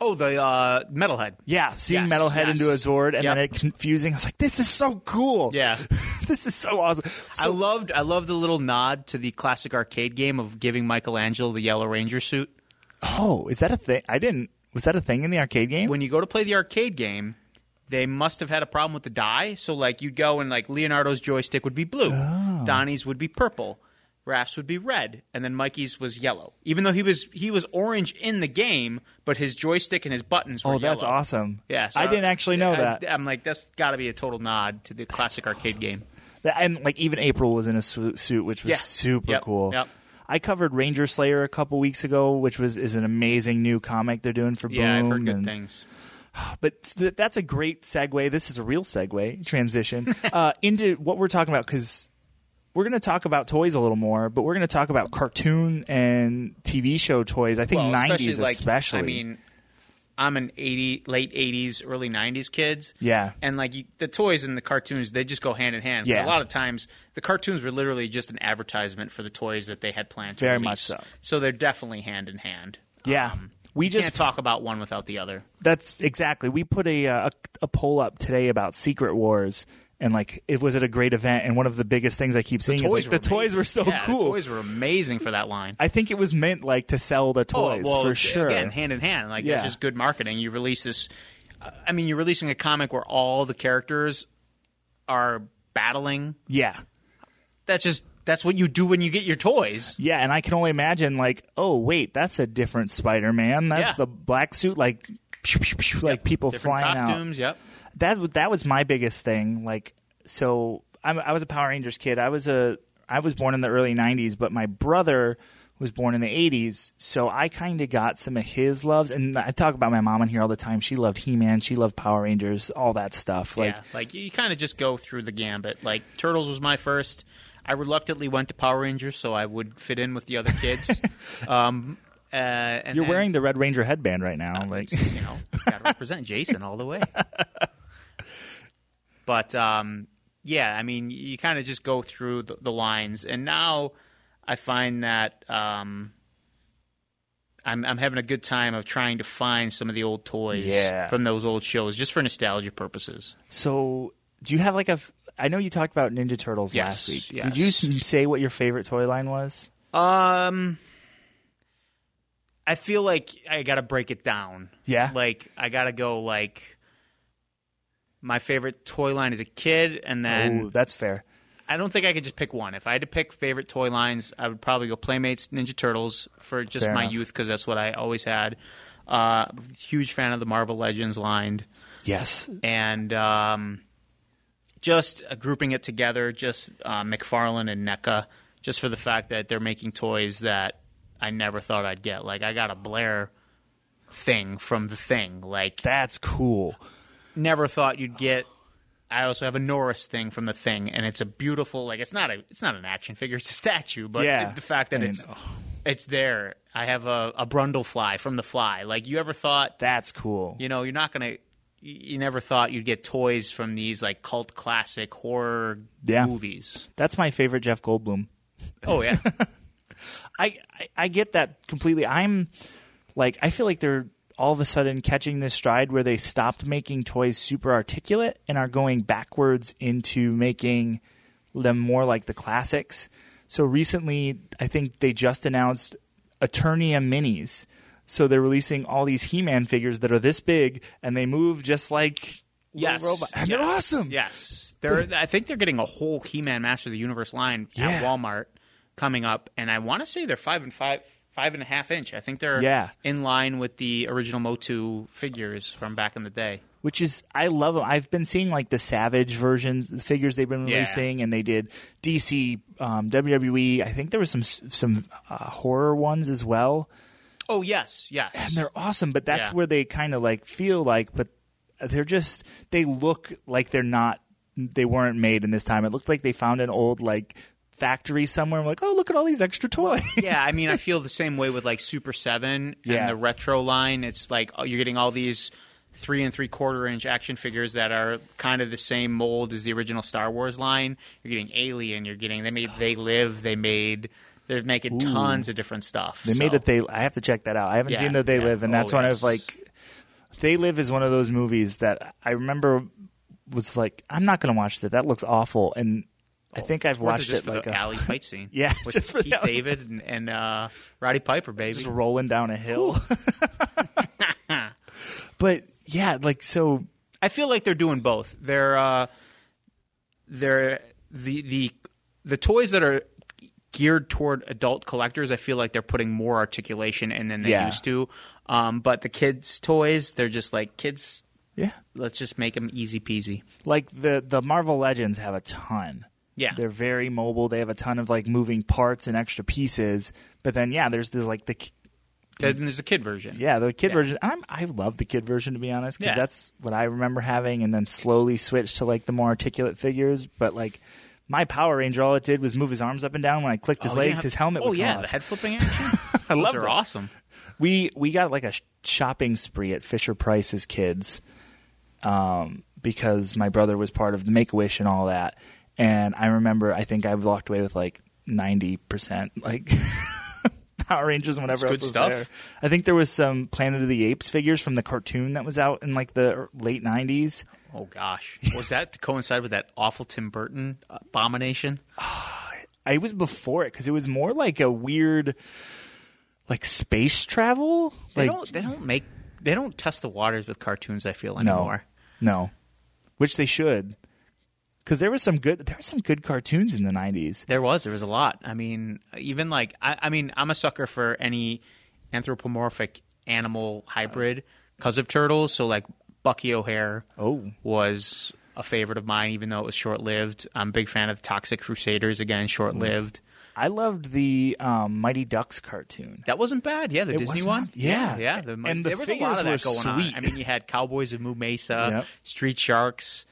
Speaker 3: oh, the uh, Metalhead.
Speaker 2: Yeah, seeing
Speaker 3: Yes,
Speaker 2: Metalhead
Speaker 3: yes.
Speaker 2: into a Zord
Speaker 3: Yep.
Speaker 2: and then it confusing. I was like, this is so cool.
Speaker 3: Yeah.
Speaker 2: [laughs] this is so awesome.
Speaker 3: I
Speaker 2: So
Speaker 3: loved I loved the little nod to the classic arcade game of giving Michelangelo the Yellow Ranger suit.
Speaker 2: Oh, is that a thing? I didn't. Was that a thing in the arcade game?
Speaker 3: When you go to play the arcade game, they must have had a problem with the die. So like you'd go and like Leonardo's joystick would be blue,
Speaker 2: Oh.
Speaker 3: Donnie's would be purple, Raph's would be red, and then Mikey's was yellow. Even though he was he was orange in the game, but his joystick and his buttons were
Speaker 2: oh, that's
Speaker 3: yellow.
Speaker 2: awesome.
Speaker 3: Yeah, so
Speaker 2: I didn't actually know
Speaker 3: I-
Speaker 2: that.
Speaker 3: I'm like, that's got to be a total nod to the classic arcade game.
Speaker 2: That- And like even April was in a su- suit, which was
Speaker 3: Yeah.
Speaker 2: super
Speaker 3: Yep.
Speaker 2: cool.
Speaker 3: Yep.
Speaker 2: I covered Ranger Slayer a couple weeks ago, which was is an amazing new comic they're doing for Boom.
Speaker 3: Yeah, I've heard good
Speaker 2: and-
Speaker 3: things.
Speaker 2: But th- that's a great segue. This is a real
Speaker 3: [laughs]
Speaker 2: segue transition uh, into what we're talking about because we're going to talk about toys a little more, but we're going to talk about cartoon and TV show toys. I think
Speaker 3: Well,
Speaker 2: '90s,
Speaker 3: especially, like,
Speaker 2: especially.
Speaker 3: I mean, I'm an 80 late 80s, early 90s kids.
Speaker 2: Yeah.
Speaker 3: And like you, the toys and the cartoons, they just go hand in hand. 'Cause A
Speaker 2: Yeah.
Speaker 3: lot of times, the cartoons were literally just an advertisement for the toys that they had planned to
Speaker 2: Very
Speaker 3: release.
Speaker 2: much so.
Speaker 3: So they're definitely hand in hand.
Speaker 2: yeah, we
Speaker 3: um, You just
Speaker 2: just
Speaker 3: can't talk about one without the other.
Speaker 2: That's exactly. We put a, uh, a a poll up today about Secret Wars, and like, it was it a great event? And one of the biggest things I keep seeing is like, the toys
Speaker 3: amazing.
Speaker 2: were so
Speaker 3: Yeah,
Speaker 2: cool.
Speaker 3: The toys were amazing for that line.
Speaker 2: I think it was meant like to sell the toys
Speaker 3: Oh, well,
Speaker 2: for sure.
Speaker 3: Again, hand in hand, like
Speaker 2: Yeah.
Speaker 3: it's just good marketing. You release this. I mean, you're releasing a comic where all the characters are battling.
Speaker 2: yeah,
Speaker 3: That's just that's what you do when you get your toys.
Speaker 2: yeah. And I can only imagine like, oh wait, that's a different Spider-Man. That's
Speaker 3: Yeah.
Speaker 2: the black suit, like. pew, pew, pew, Like people
Speaker 3: Different
Speaker 2: flying out.
Speaker 3: costumes. Yep.
Speaker 2: that was- that was my biggest thing. Like, so I'm, I was a Power Rangers kid. I was a I was born in the early '90s, but my brother was born in the '80s, so I kind of got some of his loves. And I talk about my mom in here all the time. She loved He Man, she loved Power Rangers, all that stuff. Like,
Speaker 3: yeah. Like you kind of just go through the gambit. Like Turtles was my first. I reluctantly went to Power Rangers so I would fit in with the other
Speaker 2: [laughs]
Speaker 3: kids. um, uh, and Uh,
Speaker 2: you're
Speaker 3: then-
Speaker 2: wearing the Red Ranger headband right now. like,
Speaker 3: It's, you know, got to represent Jason all the [laughs] way. But um, yeah, I mean, you kind of just go through the, the lines, and now I find that um, I'm, I'm having a good time of trying to find some of the old toys
Speaker 2: Yeah.
Speaker 3: from those old shows, just for nostalgia purposes.
Speaker 2: so do you have like a? f- I know you talked about Ninja Turtles last
Speaker 3: Yes,
Speaker 2: week.
Speaker 3: yes.
Speaker 2: Did you s- say what your favorite toy line was?
Speaker 3: Um, I feel like I got to break it down.
Speaker 2: Yeah.
Speaker 3: like I gotta go like my favorite toy line as a kid, and then
Speaker 2: Ooh, that's fair.
Speaker 3: I don't think I could just pick one. If I had to pick favorite toy lines, I would probably go Playmates, Ninja Turtles for just
Speaker 2: Fair
Speaker 3: my
Speaker 2: enough.
Speaker 3: youth because that's what I always had. Uh, huge fan of the Marvel Legends line
Speaker 2: Yes.
Speaker 3: and um, just uh, grouping it together, just uh, McFarlane and NECA, just for the fact that they're making toys that I never thought I'd get. Like I got a Blair thing from the thing. Like
Speaker 2: That's cool.
Speaker 3: never thought you'd get I also have a Norris thing from the thing, and it's a beautiful like it's not a it's not an action figure, [laughs] it's a statue, but
Speaker 2: Yeah.
Speaker 3: the fact that
Speaker 2: I
Speaker 3: it's it's there. I have a, a Brundle fly from the fly. Like you ever thought
Speaker 2: That's cool.
Speaker 3: you know you're not gonna you you never thought you'd get toys from these like cult classic horror
Speaker 2: Yeah.
Speaker 3: movies.
Speaker 2: That's my favorite Jeff Goldblum.
Speaker 3: Oh yeah,
Speaker 2: I, I I get that completely. I'm like I feel like they're all of a sudden catching this stride where they stopped making toys super articulate and are going backwards into making them more like the classics. So recently, I think they just announced Eternia minis. So they're releasing all these He-Man figures that are this big and they move just like little
Speaker 3: Yes.
Speaker 2: robot. And they're awesome.
Speaker 3: yes. They're I think they're getting a whole He-Man Master of the Universe line
Speaker 2: Yeah.
Speaker 3: at Walmart coming up, and I want to say they're five and five. Five and a half inch. I think they're
Speaker 2: Yeah.
Speaker 3: in line with the original Motu figures from back in the day.
Speaker 2: which is I love them. I've been seeing like the Savage versions, the figures they've been
Speaker 3: Yeah.
Speaker 2: releasing, and they did DC, um, WWE. I think there was some some uh, horror ones as well,
Speaker 3: Oh yes, yes.
Speaker 2: and they're awesome. But that's
Speaker 3: Yeah.
Speaker 2: where they kind of like feel like, but they're just they look like they're not. They weren't made in this time. It looked like they found an old like factory somewhere. I'm like, oh, look at all these extra toys.
Speaker 3: yeah, I mean, I feel the same way with like Super Seven
Speaker 2: Yeah.
Speaker 3: and the retro line. It's like oh, you're getting all these three and three quarter inch action figures that are kind of the same mold as the original Star Wars line. You're getting Alien. You're getting they made They Live. They made they're making tons of different stuff.
Speaker 2: They made it. They. I have to check that out. I haven't
Speaker 3: Yeah,
Speaker 2: seen that they
Speaker 3: yeah.
Speaker 2: live, and
Speaker 3: Oh,
Speaker 2: that's one
Speaker 3: yes.
Speaker 2: of like. They live is one of those movies that I remember was like I'm not going to watch that. That looks awful, and I think I've watched
Speaker 3: just
Speaker 2: it
Speaker 3: for
Speaker 2: like
Speaker 3: the
Speaker 2: a,
Speaker 3: alley fight scene.
Speaker 2: [laughs] Yeah,
Speaker 3: with
Speaker 2: just for the
Speaker 3: Keith
Speaker 2: alley-
Speaker 3: David and, and uh, Roddy Piper, baby.
Speaker 2: just rolling down a hill. [laughs]
Speaker 3: [laughs]
Speaker 2: but yeah, like so.
Speaker 3: I feel like they're doing both. They're uh, they're the the the toys that are geared toward adult collectors. I feel like they're putting more articulation in than they
Speaker 2: Yeah.
Speaker 3: used to. Um, but the kids' toys, they're just like kids.
Speaker 2: Yeah,
Speaker 3: Let's just make them easy peasy.
Speaker 2: like the the Marvel Legends have a ton.
Speaker 3: Yeah.
Speaker 2: they're very mobile. They have a ton of like moving parts and extra pieces. But then yeah, there's the like the
Speaker 3: Then there's the kid version.
Speaker 2: Yeah, the kid version. I'm, I love the kid version to be honest, because
Speaker 3: Yeah.
Speaker 2: that's what I remember having, and then slowly switched to like the more articulate figures. But like my Power Ranger, all it did was move his arms up and down. When I clicked his
Speaker 3: Oh,
Speaker 2: legs,
Speaker 3: yeah.
Speaker 2: his helmet.
Speaker 3: Oh
Speaker 2: would come
Speaker 3: yeah,
Speaker 2: off.
Speaker 3: the head
Speaker 2: [laughs]
Speaker 3: flipping action. I
Speaker 2: loved
Speaker 3: Those
Speaker 2: it.
Speaker 3: are
Speaker 2: [laughs]
Speaker 3: awesome.
Speaker 2: we we got like a sh- shopping spree at Fisher Price as kids, um, because my brother was part of the Make a Wish and all that. And I remember, I think I walked away with like ninety percent, like. [laughs] Power Rangers and whatever
Speaker 3: good
Speaker 2: else was
Speaker 3: stuff.
Speaker 2: there. I think there was some Planet of the Apes figures from the cartoon that was out in like the er, late '90s.
Speaker 3: Oh gosh, [laughs] was that to coincide with that awful Tim Burton uh, abomination?
Speaker 2: I it was before it because it was more like a weird, like space travel.
Speaker 3: They
Speaker 2: like
Speaker 3: don't. They don't make. They don't test the waters with cartoons. I feel
Speaker 2: No,
Speaker 3: anymore.
Speaker 2: no, which they should, because there was some good. There were some good cartoons in the nineties.
Speaker 3: There was. There was a lot. I mean, even like I, I mean, I'm a sucker for any anthropomorphic animal hybrid because of turtles. So like Bucky O'Hare
Speaker 2: Oh.
Speaker 3: was a favorite of mine, even though it was short lived. I'm a big fan of Toxic Crusaders again, short lived.
Speaker 2: I loved the um, Mighty Ducks cartoon.
Speaker 3: That wasn't bad. Yeah, the
Speaker 2: It
Speaker 3: Disney
Speaker 2: was
Speaker 3: one.
Speaker 2: not- yeah.
Speaker 3: yeah. yeah, the,
Speaker 2: And the
Speaker 3: there was a lot of that
Speaker 2: figures were
Speaker 3: going on.
Speaker 2: sweet.
Speaker 3: I mean, you had Cowboys of Moo Mesa,
Speaker 2: [laughs] Yep.
Speaker 3: Street Sharks.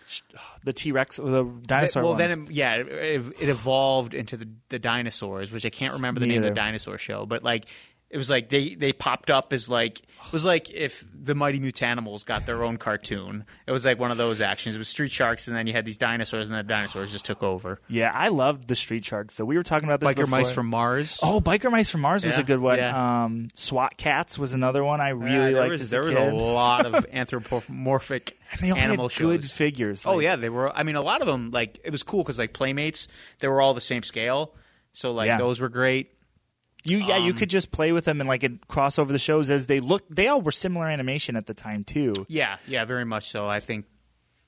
Speaker 2: The T Rex or the dinosaur.
Speaker 3: well,
Speaker 2: one.
Speaker 3: then, it, yeah, it, it evolved into the, the dinosaurs, which I can't remember the
Speaker 2: Me
Speaker 3: name of
Speaker 2: either.
Speaker 3: the dinosaur show, but like it was like they they popped up as like it was like if the Mighty Mutanimals got their own cartoon. It was like one of those actions. It was Street Sharks, and then you had these dinosaurs, and the dinosaurs just took over.
Speaker 2: yeah, I loved the Street Sharks. So we were talking about this.
Speaker 3: Biker mice
Speaker 2: before.
Speaker 3: from Mars.
Speaker 2: Oh, Biker Mice from Mars was
Speaker 3: Yeah,
Speaker 2: a good one.
Speaker 3: yeah.
Speaker 2: Um, SWAT Cats was another one I
Speaker 3: Yeah,
Speaker 2: really
Speaker 3: there
Speaker 2: liked.
Speaker 3: was
Speaker 2: as
Speaker 3: there
Speaker 2: a
Speaker 3: was
Speaker 2: kid.
Speaker 3: a lot
Speaker 2: [laughs]
Speaker 3: of anthropomorphic
Speaker 2: They all
Speaker 3: animal
Speaker 2: had good
Speaker 3: shows.
Speaker 2: figures.
Speaker 3: Oh
Speaker 2: like-
Speaker 3: yeah, they were. I mean, a lot of them. Like it was cool because like Playmates, they were all the same scale. So like
Speaker 2: Yeah.
Speaker 3: those were great.
Speaker 2: You yeah, you
Speaker 3: Um,
Speaker 2: could just play with them and like it'd cross over the shows as they look. They all were similar animation at the time too,
Speaker 3: Yeah, yeah, very much so. I think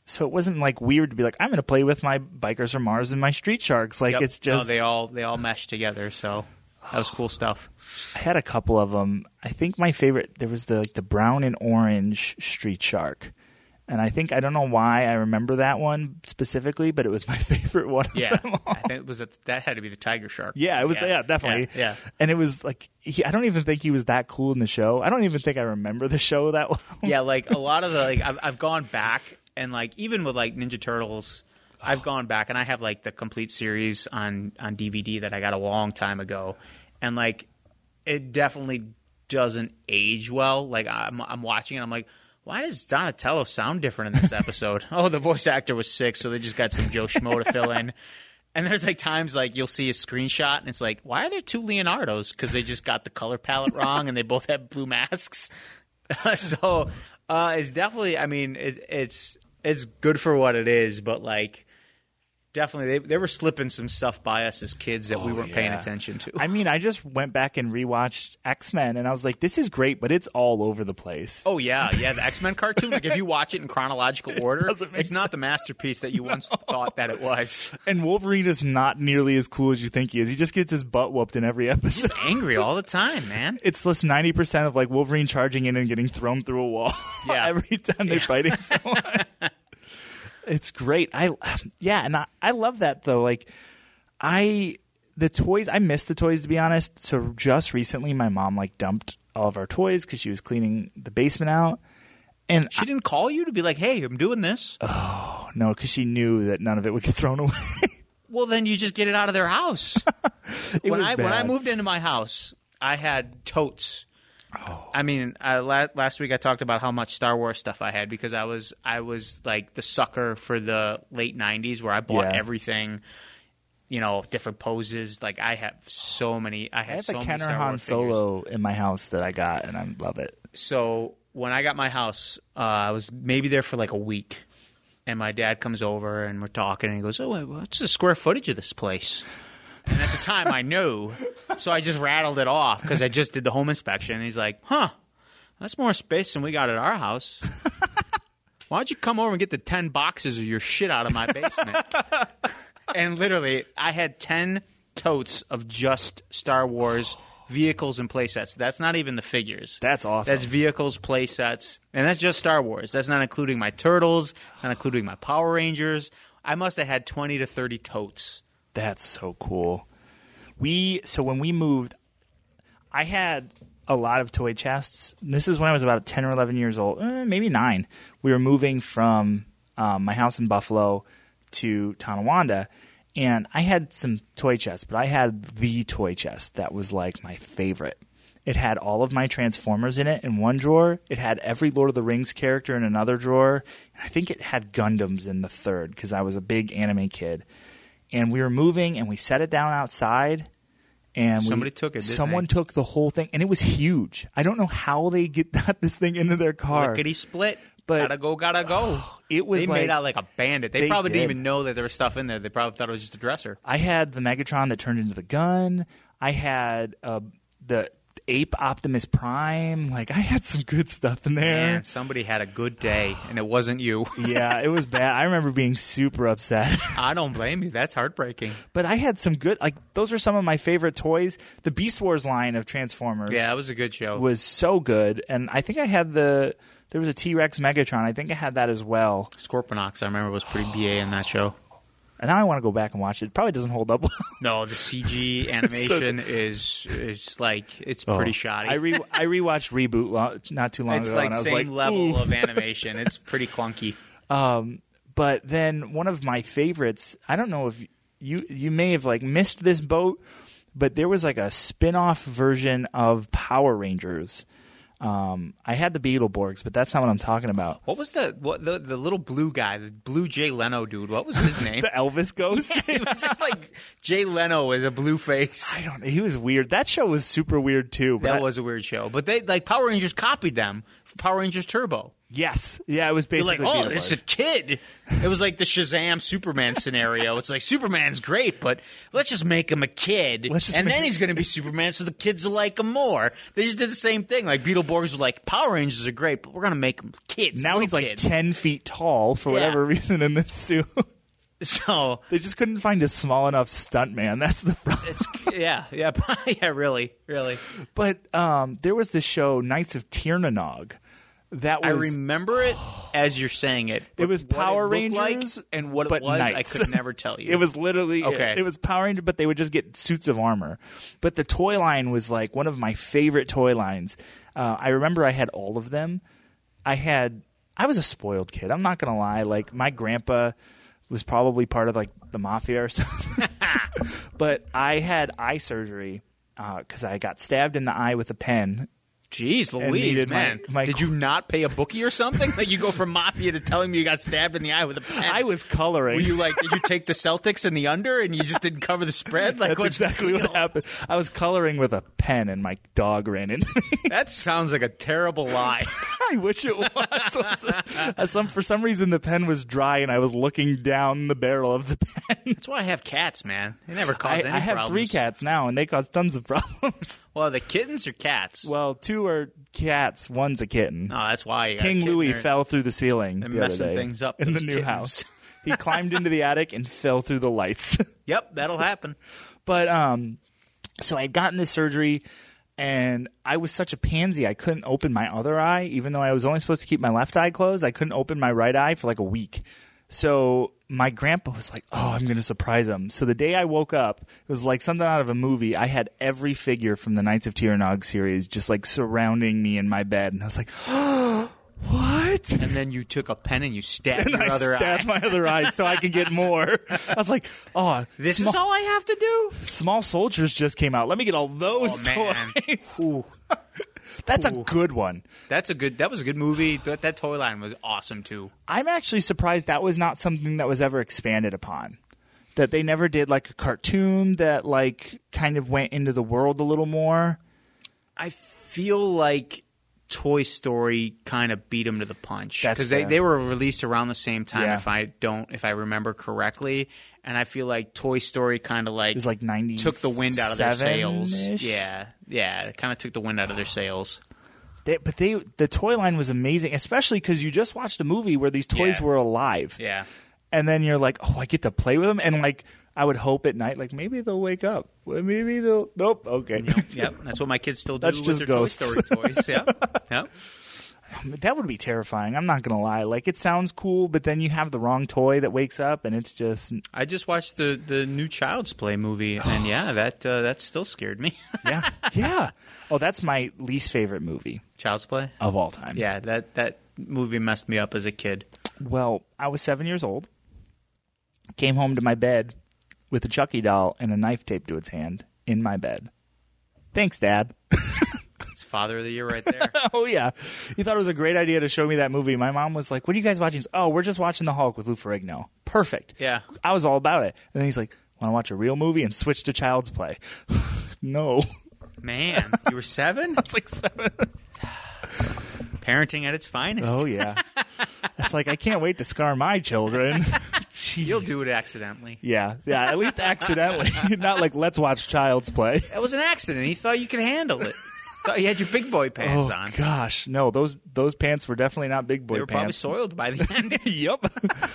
Speaker 2: so it wasn't like weird to be like, I'm going to play with my bikers from Mars and my street sharks. Like
Speaker 3: Yep.
Speaker 2: it's just
Speaker 3: no, they all they all mesh together. So that was cool
Speaker 2: [laughs]
Speaker 3: stuff.
Speaker 2: I had a couple of them. I think my favorite there was the like the brown and orange street shark, and I think I don't know why I remember that one specifically, but it was [laughs] my favorite one.
Speaker 3: Yeah,
Speaker 2: of them all.
Speaker 3: I think it was that that had to be the tiger shark.
Speaker 2: Yeah, it was. Yeah, definitely.
Speaker 3: Yeah,
Speaker 2: and it was like he, I don't even think he was
Speaker 3: [laughs]
Speaker 2: that cool in the show. I don't even think I remember the show that well. [laughs]
Speaker 3: yeah. Yeah, like a lot of the like I've, I've gone back and like even with like Ninja Turtles, I've gone back and I have like the complete series on on DVD that I got a long time ago, and like it definitely doesn't age well. Like I'm I'm watching and I'm like. Why does Donatello sound different in this episode? [laughs] oh, the voice actor was sick, so they just got some Joe Schmo to fill in. [laughs] And there's like times like you'll see a screenshot and it's like, why are there two Leonardos? Because they just got the color palette wrong and they both have blue masks. [laughs] so uh, it's definitely, I mean, it's, it's it's good for what it is, but like definitely they they were slipping some stuff by us as kids that we weren't paying
Speaker 2: yeah.
Speaker 3: attention to.
Speaker 2: I mean, I just went back and rewatched X Men, and I was like, "This is great, but it's all over the place."
Speaker 3: Oh yeah, yeah. The X Men cartoon. Like if you watch it in [laughs] chronological order, it's not the masterpiece that you [laughs] once thought that it [laughs] was.
Speaker 2: And Wolverine is not nearly as cool as you think he is. He just gets his butt whooped in every [laughs] episode.
Speaker 3: Angry all the time, man.
Speaker 2: It's less ninety percent of like Wolverine charging in and getting thrown through a wall. [laughs]
Speaker 3: Yeah.
Speaker 2: every time they're fighting
Speaker 3: [laughs]
Speaker 2: someone. it's great. I yeah, and I, I love that though. Like I the toys I miss the toys to be honest. So just recently my mom like dumped all of our toys cuz she was cleaning the basement out. And
Speaker 3: She didn't call you to be like, "Hey, I'm doing this."
Speaker 2: I, no, cuz she knew that none of it would get [laughs] thrown away.
Speaker 3: Well, then you just get it out of their house.
Speaker 2: [laughs] It
Speaker 3: when
Speaker 2: was
Speaker 3: I when I
Speaker 2: bad.
Speaker 3: moved into my house, I had totes.
Speaker 2: Oh.
Speaker 3: I mean, I, la- last week I talked about how much Star Wars stuff I had because I was I was like the sucker for the late '90s where I bought
Speaker 2: Yeah.
Speaker 3: everything. You know, different poses. Like I have so many. I
Speaker 2: I
Speaker 3: had
Speaker 2: have
Speaker 3: so
Speaker 2: a
Speaker 3: many
Speaker 2: Kenner
Speaker 3: Star
Speaker 2: Han
Speaker 3: Wars figures.
Speaker 2: Solo in my house that I got and I love it.
Speaker 3: so when I got my house, uh, I was maybe there for like a week, and my dad comes over and we're talking, and he goes, "Oh, wait, what's the square footage of this place?" And at the time, I knew, so I just rattled it off because I just did the home inspection. And he's like, "Huh, that's more space than we got at our house." Why don't you come over and get the ten boxes of your shit out of my basement? and literally, I had 10 totes of just Star Wars vehicles and playsets. That's not even the figures.
Speaker 2: That's awesome.
Speaker 3: That's vehicles, playsets, and that's just Star Wars. That's not including my Turtles, not including my Power Rangers. I must have had 20 to 30 totes.
Speaker 2: That's so cool. We so when we moved, I had a lot of toy chests. This is when I was about ten or eleven years old, eh, maybe nine. We were moving from um, my house in Buffalo to Tonawanda, and I had some toy chests, but I had the toy chest that was like my favorite. It had all of my Transformers in it in one drawer. It had every Lord of the Rings character in another drawer. And I think it had Gundams in the third because I was a big anime kid. And we were moving and we set it down outside. And we-
Speaker 3: Somebody took it, didn't
Speaker 2: someone
Speaker 3: they?
Speaker 2: took the whole thing, and it was huge. I don't know how they get [laughs] got this thing into their car.
Speaker 3: Lickety split.
Speaker 2: But-
Speaker 3: gotta go, gotta [sighs] go.
Speaker 2: It was
Speaker 3: they
Speaker 2: like-
Speaker 3: made out like a bandit. They,
Speaker 2: They
Speaker 3: probably
Speaker 2: did.
Speaker 3: didn't even know that there was stuff in there. They probably thought it was just a dresser.
Speaker 2: I had the Megatron that turned into the gun. I had uh, the ape Optimus Prime. Like I had some good stuff in there.
Speaker 3: Man, somebody had a good day, and it wasn't you.
Speaker 2: yeah, it was bad. I remember being super upset.
Speaker 3: [laughs]
Speaker 2: [laughs]
Speaker 3: I don't blame you. That's heartbreaking.
Speaker 2: But I had some good like those are some of my favorite toys. The Beast Wars line of Transformers
Speaker 3: Yeah, it was a good show.
Speaker 2: was so good and I think I had the there was a T-Rex Megatron. I think I had that as well.
Speaker 3: Scorponox, I remember, was pretty BA in that show.
Speaker 2: And now I want to go back and watch it. It probably doesn't hold up. well.
Speaker 3: No, the [laughs] CG animation is it's like it's pretty shoddy.
Speaker 2: I re I rewatched Reboot lo- not too long
Speaker 3: it's
Speaker 2: ago
Speaker 3: like
Speaker 2: and I was
Speaker 3: same
Speaker 2: like
Speaker 3: level
Speaker 2: "Oof." Um,
Speaker 3: of animation.
Speaker 2: [laughs]
Speaker 3: It's pretty clunky.
Speaker 2: but then one of my favorites i don't know if you you may have like missed this boat but there was like a spin-off version of power rangers um, i had the beetleborgs but that's not what i'm talking about
Speaker 3: What was the what the, the little blue guy, the blue Jay Leno dude? What was
Speaker 2: [laughs]
Speaker 3: his name? [laughs]
Speaker 2: the elvis ghost
Speaker 3: it was just like Jay Leno with a blue face.
Speaker 2: [laughs] i don't know he was weird that show was super weird too but
Speaker 3: That
Speaker 2: I-
Speaker 3: was a weird show, but they like Power Rangers copied them. for Power Rangers Turbo.
Speaker 2: yes yeah it was
Speaker 3: You're
Speaker 2: basically
Speaker 3: like, oh, it's a
Speaker 2: Beetleborgs.
Speaker 3: kid. It was like the Shazam Superman scenario. It's like Superman's great, but let's just make him a kid,
Speaker 2: Let's just
Speaker 3: and
Speaker 2: make
Speaker 3: then
Speaker 2: him-
Speaker 3: he's going to be Superman, so the kids will like him more. They just did the same thing. Like Beetleborgs were like, Power Rangers are great, but we're going to make them kids.
Speaker 2: now
Speaker 3: little
Speaker 2: he's like
Speaker 3: kids.
Speaker 2: 10 feet tall for
Speaker 3: Yeah.
Speaker 2: whatever [laughs] reason in this suit
Speaker 3: [laughs] So
Speaker 2: they just couldn't find a small enough stuntman [laughs] that's the problem
Speaker 3: it's yeah, yeah, [laughs] yeah. Really, really.
Speaker 2: but um, there was this show knights of tiernanog that was
Speaker 3: I remember it as you're saying it.
Speaker 2: It was
Speaker 3: but what
Speaker 2: Power
Speaker 3: it looked
Speaker 2: Rangers,
Speaker 3: like and what
Speaker 2: but
Speaker 3: it was,
Speaker 2: knights.
Speaker 3: I could never [laughs] tell you.
Speaker 2: It was literally
Speaker 3: Okay.
Speaker 2: It, it was Power Ranger, but they would just get suits of armor. But the toy line was like one of my favorite toy lines. Uh, I remember I had all of them. I had I was a spoiled kid. I'm not gonna lie. Like my grandpa was probably part of like the mafia
Speaker 3: [laughs]
Speaker 2: or [laughs] something. but I had eye surgery because I got stabbed in the eye with a pen.
Speaker 3: Jeez, Louise,
Speaker 2: needed my-
Speaker 3: man!
Speaker 2: my-
Speaker 3: Did you not pay a bookie or something? like you go from mafia to telling me you got stabbed in the eye with a pen.
Speaker 2: I was coloring.
Speaker 3: Were you like, did you take the Celtics and the under, and you just didn't cover the spread? Like
Speaker 2: [laughs] That's
Speaker 3: what's the
Speaker 2: exactly what
Speaker 3: deal?
Speaker 2: happened. I was coloring with a pen, and my dog ran into me. [laughs]
Speaker 3: That sounds like a terrible lie. [laughs]
Speaker 2: I wish it was. [laughs] Uh, some, for some reason, the pen was dry, and I was looking down the barrel of the [laughs] pen.
Speaker 3: That's why I have cats, man. They never
Speaker 2: I,
Speaker 3: cause any
Speaker 2: I have
Speaker 3: problems.
Speaker 2: three cats now, and they cause tons of [laughs] problems.
Speaker 3: Well, the kittens are cats.
Speaker 2: Well, two are cats. One's a kitten.
Speaker 3: no, that's why you got Oh, a
Speaker 2: King
Speaker 3: kitten
Speaker 2: Louis
Speaker 3: there.
Speaker 2: fell through the ceiling
Speaker 3: They're
Speaker 2: the other
Speaker 3: messing
Speaker 2: day
Speaker 3: things up,
Speaker 2: in the
Speaker 3: those
Speaker 2: new
Speaker 3: kittens. [laughs]
Speaker 2: house. He climbed into the attic and fell through the lights.
Speaker 3: Yep, that'll happen.
Speaker 2: But um, so I'd gotten this surgery, and I was such a pansy. I couldn't open my other eye, even though I was only supposed to keep my left eye closed. I couldn't open my right eye for like a week. So my grandpa was like, "Oh, I'm going to surprise him." So the day I woke up, it was like something out of a movie. I had every figure from the Knights of Tiernog series just like surrounding me in my bed, and I was like, [gasps] "What?" [laughs]
Speaker 3: And then you took a pen and you stabbed
Speaker 2: And
Speaker 3: your
Speaker 2: I
Speaker 3: other
Speaker 2: stabbed
Speaker 3: eye.
Speaker 2: my other eye so I could get more. [laughs] I was like, "Oh,
Speaker 3: This
Speaker 2: small-
Speaker 3: is all I have to do.
Speaker 2: Small Soldiers just came out. Let me get all those
Speaker 3: Oh, man.
Speaker 2: toys. [laughs] That's a good one.
Speaker 3: That's a good. That was a good movie. That, that toy line was awesome too.
Speaker 2: I'm actually surprised that was not something that was ever expanded upon. That they never did like a cartoon that like kind of went into the world a little more.
Speaker 3: I feel like Toy Story kind of beat them to the punch
Speaker 2: That's
Speaker 3: because they,
Speaker 2: fair.
Speaker 3: they were released around the same time,
Speaker 2: Yeah.
Speaker 3: if I don't, if I remember correctly. And I feel like Toy Story kind of like
Speaker 2: was like 90
Speaker 3: took the wind out of their sails.
Speaker 2: seven-ish?
Speaker 3: Yeah, yeah, it kind of took the wind out of their sails.
Speaker 2: They, but they the toy line was amazing, especially because you just watched a movie where these toys
Speaker 3: Yeah.
Speaker 2: were alive.
Speaker 3: Yeah,
Speaker 2: and then you're like, oh, I get to play with them, and like I would hope at night, like maybe they'll wake up. Well, Maybe they'll. Nope. Okay.
Speaker 3: yep. That's what my kids still do
Speaker 2: That's
Speaker 3: with
Speaker 2: just
Speaker 3: their
Speaker 2: ghosts.
Speaker 3: Toy Story
Speaker 2: [laughs]
Speaker 3: toys. Yep, yep.
Speaker 2: That would be terrifying. I'm not gonna lie. Like it sounds cool, but then you have the wrong toy that wakes up, and it's just
Speaker 3: I just watched the the new Child's Play movie, and
Speaker 2: Oh.
Speaker 3: yeah, that uh, that still scared me. [laughs]
Speaker 2: yeah, yeah. Oh, that's my least favorite movie
Speaker 3: Child's Play.
Speaker 2: of all time.
Speaker 3: Yeah, that that movie messed me up as a kid.
Speaker 2: Well, I was seven years old. Came home to my bed with a Chucky doll and a knife taped to its hand in my bed. Thanks, Dad. [laughs]
Speaker 3: It's Father of the Year right [laughs] there.
Speaker 2: oh yeah, you thought it was a great idea to show me that movie. My mom was like, "What are you guys watching?" Oh, we're just watching The Hulk with Lou Ferrigno. Perfect.
Speaker 3: Yeah.
Speaker 2: I was all about it. And then he's like, "Want to watch a real movie?" And switch to Child's Play. [laughs]
Speaker 3: [laughs]
Speaker 2: no,
Speaker 3: Man, you were seven?
Speaker 2: it's like seven.
Speaker 3: Parenting at its finest.
Speaker 2: Oh yeah, it's like I can't wait to scar
Speaker 3: [laughs]
Speaker 2: my children.
Speaker 3: You'll do it accidentally.
Speaker 2: yeah, yeah. At least accidentally, [laughs] not like let's watch Child's Play.
Speaker 3: That was an accident. He thought you could handle it. [laughs] thought you had your big boy pants
Speaker 2: Oh
Speaker 3: on.
Speaker 2: gosh, no those those pants were definitely not big boy
Speaker 3: They were probably
Speaker 2: [laughs] pants.
Speaker 3: soiled by the end.
Speaker 2: yep.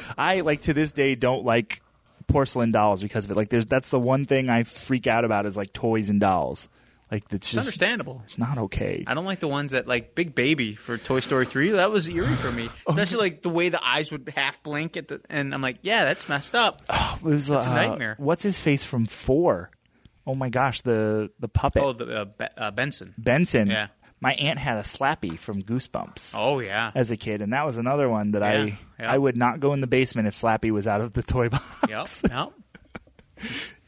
Speaker 2: [laughs] I like to this day don't like porcelain dolls because of it. Like there's that's the one thing I freak out about is like toys and dolls. Like that's
Speaker 3: It's
Speaker 2: just
Speaker 3: understandable.
Speaker 2: not okay.
Speaker 3: I don't like the ones that like Big Baby for Toy Story Three. That was eerie for
Speaker 2: [gasps]
Speaker 3: me, especially like the way the eyes would half blink at the, and I'm like, yeah, that's messed up.
Speaker 2: It was
Speaker 3: a
Speaker 2: uh,
Speaker 3: nightmare.
Speaker 2: What's his face from four? Oh my gosh, the the puppet
Speaker 3: Oh, the uh, Be- uh, Benson.
Speaker 2: Benson.
Speaker 3: Yeah.
Speaker 2: My aunt had a slappy from Goosebumps
Speaker 3: Oh yeah,
Speaker 2: as a kid, and that was another one that I
Speaker 3: Yeah, yeah.
Speaker 2: I would not go in the basement if Slappy was out of the toy box.
Speaker 3: yep, yep.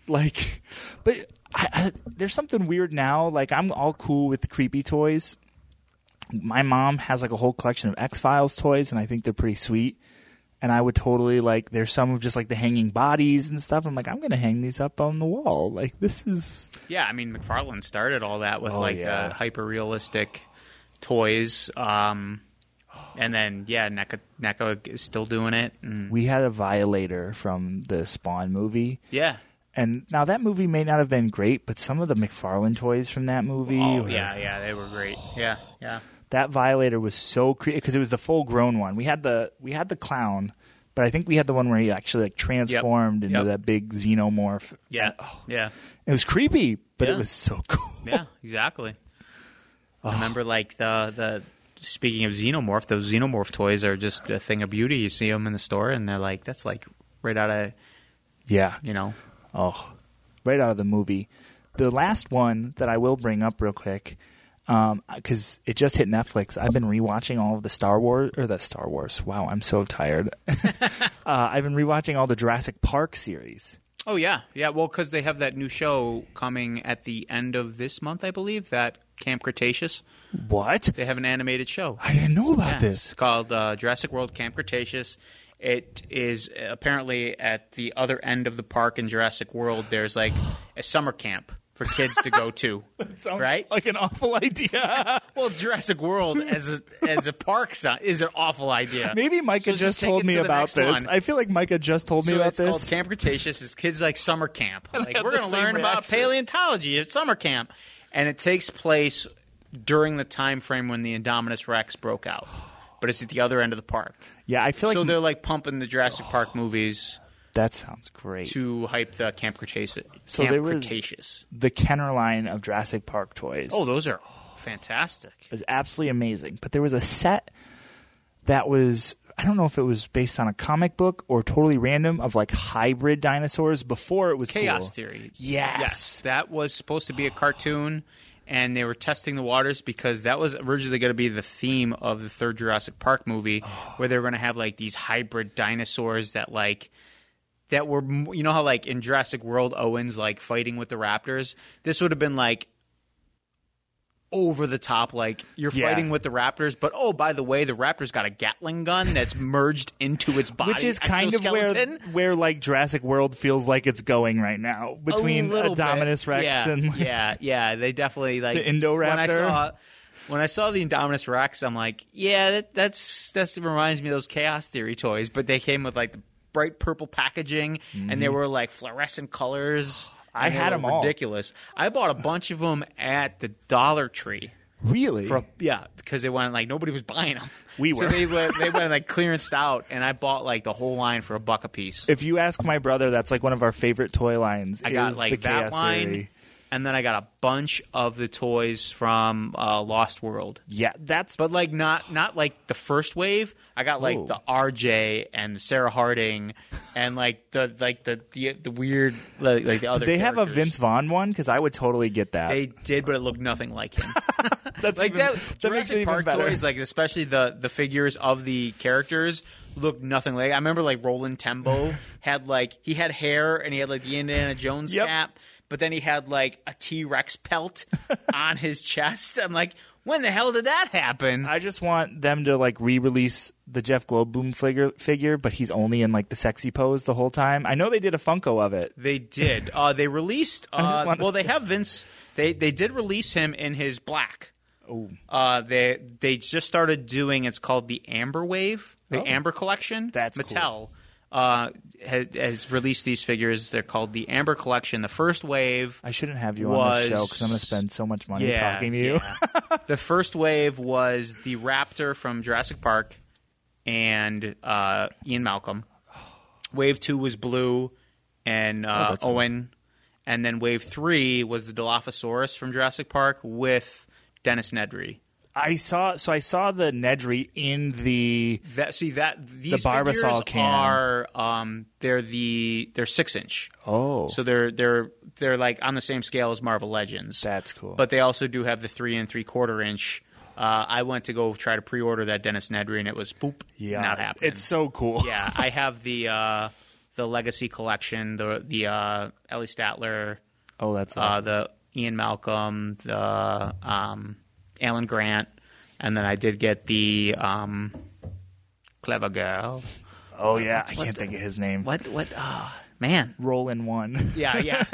Speaker 2: like [laughs] but I, I, there's something weird now like i'm all cool with creepy toys my mom has like a whole collection of x-files toys and i think they're pretty sweet and i would totally like there's some of just like the hanging bodies and stuff i'm like i'm gonna hang these up on the wall like this is
Speaker 3: Yeah, I mean, McFarlane started all that with
Speaker 2: Oh,
Speaker 3: like
Speaker 2: yeah.
Speaker 3: uh, hyper realistic toys, um, and then yeah, E NECA, NECA is still doing it. And,
Speaker 2: we had a violator from the spawn movie
Speaker 3: yeah,
Speaker 2: and now that movie may not have been great but some of the mcfarlane toys from that movie
Speaker 3: oh
Speaker 2: were-
Speaker 3: yeah, yeah, they were great. Yeah, yeah,
Speaker 2: that violator was so creepy because it was the full grown one. We had the we had the clown, but I think we had the one where he actually like transformed into
Speaker 3: Yep.
Speaker 2: that big xenomorph.
Speaker 3: yeah,
Speaker 2: And, oh,
Speaker 3: yeah,
Speaker 2: it was creepy, but it
Speaker 3: Yeah.
Speaker 2: was so cool.
Speaker 3: [laughs] yeah. Exactly.
Speaker 2: Oh.
Speaker 3: I remember like the the. Speaking of xenomorph, those xenomorph toys are just a thing of beauty. You see them in the store, and they're like, "That's like right out of
Speaker 2: Yeah.
Speaker 3: you know."
Speaker 2: Oh, right out of the movie. The last one that I will bring up real quick, because it just hit Netflix. I've been rewatching all of the Star Wars or the Star Wars. Wow, I'm so tired. [laughs] uh, I've been rewatching all the Jurassic Park series.
Speaker 3: Oh yeah, yeah. Well, because they have that new show coming at the end of this month, I believe. That Camp Cretaceous.
Speaker 2: What?
Speaker 3: They have an animated show.
Speaker 2: I didn't know about
Speaker 3: Yeah,
Speaker 2: this.
Speaker 3: It's called uh, Jurassic World Camp Cretaceous. It is apparently at the other end of the park in Jurassic World. There's like a summer camp for kids to go
Speaker 2: [laughs]
Speaker 3: to, right?
Speaker 2: Like an awful idea. [laughs]
Speaker 3: well, Jurassic World as a, as a park si- is an awful idea.
Speaker 2: Maybe Micah
Speaker 3: So
Speaker 2: just
Speaker 3: take
Speaker 2: told
Speaker 3: it
Speaker 2: me
Speaker 3: to the
Speaker 2: about
Speaker 3: next
Speaker 2: this.
Speaker 3: one.
Speaker 2: I feel like Micah just told me
Speaker 3: so
Speaker 2: about
Speaker 3: it's called
Speaker 2: this.
Speaker 3: Camp Cretaceous. It's kids like summer
Speaker 2: [laughs]
Speaker 3: camp. Like
Speaker 2: had
Speaker 3: we're
Speaker 2: the
Speaker 3: going to
Speaker 2: same
Speaker 3: learn about
Speaker 2: reaction.
Speaker 3: paleontology at summer camp, and it takes place during the time frame when the Indominus Rex broke out, but it's at the other end of the park.
Speaker 2: yeah, I feel like
Speaker 3: so they're like pumping the Jurassic Park movies
Speaker 2: that sounds great.
Speaker 3: to hype the Camp Cretaceous.
Speaker 2: So
Speaker 3: Camp
Speaker 2: there was-
Speaker 3: Cretaceous.
Speaker 2: the Kenner line of Jurassic Park toys.
Speaker 3: Oh, those are fantastic.
Speaker 2: It was absolutely amazing. But there was a set that was I don't know if it was based on a comic book or totally random of like hybrid dinosaurs before it was
Speaker 3: Chaos
Speaker 2: cool.
Speaker 3: Theory.
Speaker 2: Yes.
Speaker 3: that was supposed to be a cartoon, and they were testing the waters because that was originally going to be the theme of the third Jurassic Park
Speaker 2: [sighs]
Speaker 3: movie, where they were going to have like these hybrid dinosaurs that like. That were, m- you know, how like in Jurassic World, Owen's like fighting with the raptors. This would have been like over the top, like you're
Speaker 2: Yeah.
Speaker 3: fighting with the raptors, but oh, by the way, the raptor's got a Gatling gun that's merged into its body,
Speaker 2: [laughs] Which is kind of where
Speaker 3: exoskeleton.
Speaker 2: where like Jurassic World feels like it's going right now between
Speaker 3: a little
Speaker 2: Dominus
Speaker 3: bit.
Speaker 2: Rex
Speaker 3: yeah,
Speaker 2: and like,
Speaker 3: yeah, yeah. They definitely like
Speaker 2: The Indoraptor.
Speaker 3: When I saw when I saw the Indominus Rex, I'm like, yeah, that, that's that's reminds me of those Chaos Theory toys, but they came with like the bright purple packaging and they were like fluorescent colors.
Speaker 2: Mm-hmm. [gasps] I
Speaker 3: and they
Speaker 2: had
Speaker 3: were
Speaker 2: 'em all.
Speaker 3: Ridiculous. I bought a bunch of them at the Dollar Tree.
Speaker 2: really
Speaker 3: For, yeah, because they went like nobody was buying them.
Speaker 2: We
Speaker 3: So
Speaker 2: were.
Speaker 3: they went, they went like clearanced out, and I bought like the whole line for a buck a piece.
Speaker 2: if you ask my brother, that's like one of our favorite toy lines.
Speaker 3: I got
Speaker 2: is the
Speaker 3: like
Speaker 2: Chaos
Speaker 3: that line,
Speaker 2: Theory.
Speaker 3: and then I got a bunch of the toys from uh, Lost World,
Speaker 2: Yeah, that's
Speaker 3: but like not not like the first wave. I got like
Speaker 2: Ooh.
Speaker 3: the RJ and Sarah Harding, and like the like the the, the weird like, like the other.
Speaker 2: they have a
Speaker 3: characters.
Speaker 2: Vince Vaughn one because I would totally get that.
Speaker 3: They did, but it looked nothing like him.
Speaker 2: that's
Speaker 3: like
Speaker 2: even-
Speaker 3: that.
Speaker 2: that
Speaker 3: Jurassic
Speaker 2: makes it even
Speaker 3: Park
Speaker 2: better.
Speaker 3: toys, like especially the the figures of the characters looked nothing like. I remember like Roland
Speaker 2: [laughs]
Speaker 3: Tembo had like he had hair and he had like the Indiana Jones
Speaker 2: Yep.
Speaker 3: cap, but then he had like a T Rex
Speaker 2: [laughs]
Speaker 3: pelt on his chest. I'm like, when the hell did that happen?
Speaker 2: I just want them to like re-release the Jeff Goldblum figure, figure, but he's only in like the sexy pose the whole time. I know they did a Funko of it.
Speaker 3: They
Speaker 2: [laughs]
Speaker 3: did. Uh, they released.
Speaker 2: just
Speaker 3: Uh,
Speaker 2: wanna-
Speaker 3: well, they have Vince. They they did release him in his black. Oh. Uh, they they just started doing. It's called the Amber Wave, the Amber Collection.
Speaker 2: Oh. That's cool.
Speaker 3: Mattel. Uh, has, has released these figures. They're called the Amber Collection. The first wave.
Speaker 2: I shouldn't have you on
Speaker 3: was,
Speaker 2: the show because I'm going to spend so much money talking to you.
Speaker 3: yeah. the first wave was the Raptor from Jurassic Park and uh, Ian Malcolm. Wave two was Blue and uh,
Speaker 2: Oh, that's cool.
Speaker 3: Owen, and then wave three was the Dilophosaurus from Jurassic Park with Dennis Nedry.
Speaker 2: [laughs] I saw so I saw the Nedry in the
Speaker 3: That see that these
Speaker 2: Barbasol
Speaker 3: figures
Speaker 2: can.
Speaker 3: are um, they're the they're six inch.
Speaker 2: oh
Speaker 3: So they're they're they're like on the same scale as Marvel Legends.
Speaker 2: That's cool.
Speaker 3: But they also do have the three and three quarter inch. Uh, I went to go try to pre-order that Dennis Nedry, and it was boop,
Speaker 2: yeah,
Speaker 3: not happening.
Speaker 2: It's so cool.
Speaker 3: [laughs] yeah. I have the uh, the Legacy collection, the the uh, Ellie Statler,
Speaker 2: Oh, that's
Speaker 3: uh,
Speaker 2: awesome.
Speaker 3: the Ian Malcolm, the um, Alan Grant, and then I did get the um, clever girl. uh,
Speaker 2: oh yeah, I can't think of his name.
Speaker 3: What what? ah man,
Speaker 2: Roland one. [laughs]
Speaker 3: Yeah, yeah.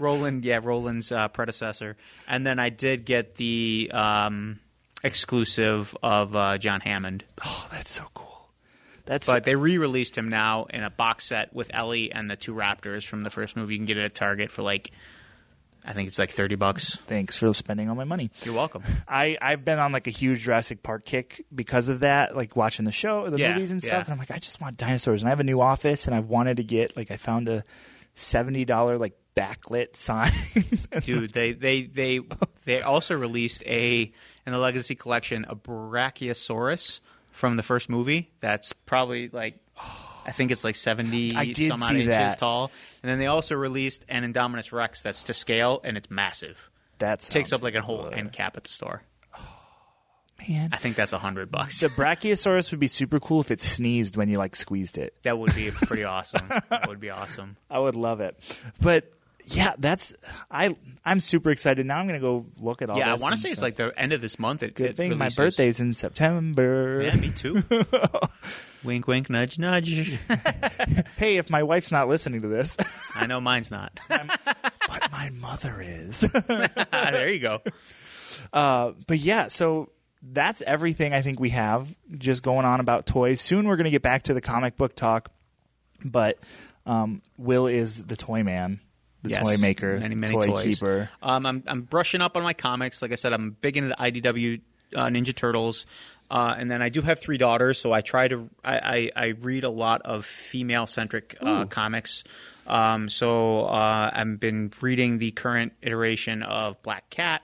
Speaker 3: Roland, yeah, Roland's uh, predecessor. And then I did get the um, exclusive of uh, John Hammond,
Speaker 2: Oh, that's so cool. That's
Speaker 3: but they re-released him now in a box set with Ellie and the two Raptors from the first movie. You can get it at Target for like, I think it's like thirty bucks.
Speaker 2: thanks for spending all my money.
Speaker 3: You're welcome.
Speaker 2: I I've been on like a huge Jurassic Park kick because of that, like watching the show, the
Speaker 3: Yeah,
Speaker 2: movies and stuff.
Speaker 3: yeah.
Speaker 2: And I'm like, I just want dinosaurs. And I have a new office, and I wanted to get like I found a seventy dollar like backlit sign. [laughs]
Speaker 3: Dude, they they they they also released a in the Legacy Collection a Brachiosaurus from the first movie. That's probably like I think it's like seventy
Speaker 2: I did
Speaker 3: some odd
Speaker 2: see
Speaker 3: inches
Speaker 2: that.
Speaker 3: tall. And then they also released an Indominus Rex that's to scale and it's massive.
Speaker 2: That
Speaker 3: Takes
Speaker 2: sounds-
Speaker 3: up like a whole end cap at the store.
Speaker 2: man.
Speaker 3: I think that's a hundred bucks.
Speaker 2: The Brachiosaurus would be super cool if it sneezed when you like squeezed it.
Speaker 3: That would be pretty awesome. That would be
Speaker 2: [laughs]
Speaker 3: awesome.
Speaker 2: I would love it. But yeah, that's I. I'm super excited now. I'm gonna go look at all.
Speaker 3: yeah, I
Speaker 2: this
Speaker 3: want to
Speaker 2: and
Speaker 3: say it's
Speaker 2: stuff.
Speaker 3: like the end of this month. It,
Speaker 2: good
Speaker 3: it
Speaker 2: thing
Speaker 3: releases.
Speaker 2: my birthday's in September.
Speaker 3: Yeah, me too. wink, wink, nudge, nudge.
Speaker 2: [laughs] Hey, if my wife's not listening to this, [laughs]
Speaker 3: I know mine's not.
Speaker 2: but my mother is.
Speaker 3: Ah, there you go.
Speaker 2: Uh, [laughs] but yeah, so that's everything I think we have just going on about toys. Soon we're going to get back to the comic book talk, but um, Will is the toy man, [laughs] the
Speaker 3: Yes.
Speaker 2: toy maker,
Speaker 3: many many
Speaker 2: toy
Speaker 3: toys.
Speaker 2: keeper.
Speaker 3: Um, I'm I'm brushing up on my comics. Like I said, I'm big into the IDW uh, Ninja Turtles, uh, and then I do have three daughters, so I try to I I, I read a lot of female centric uh, comics. Um, so uh, I've been reading the current iteration of Black Cat.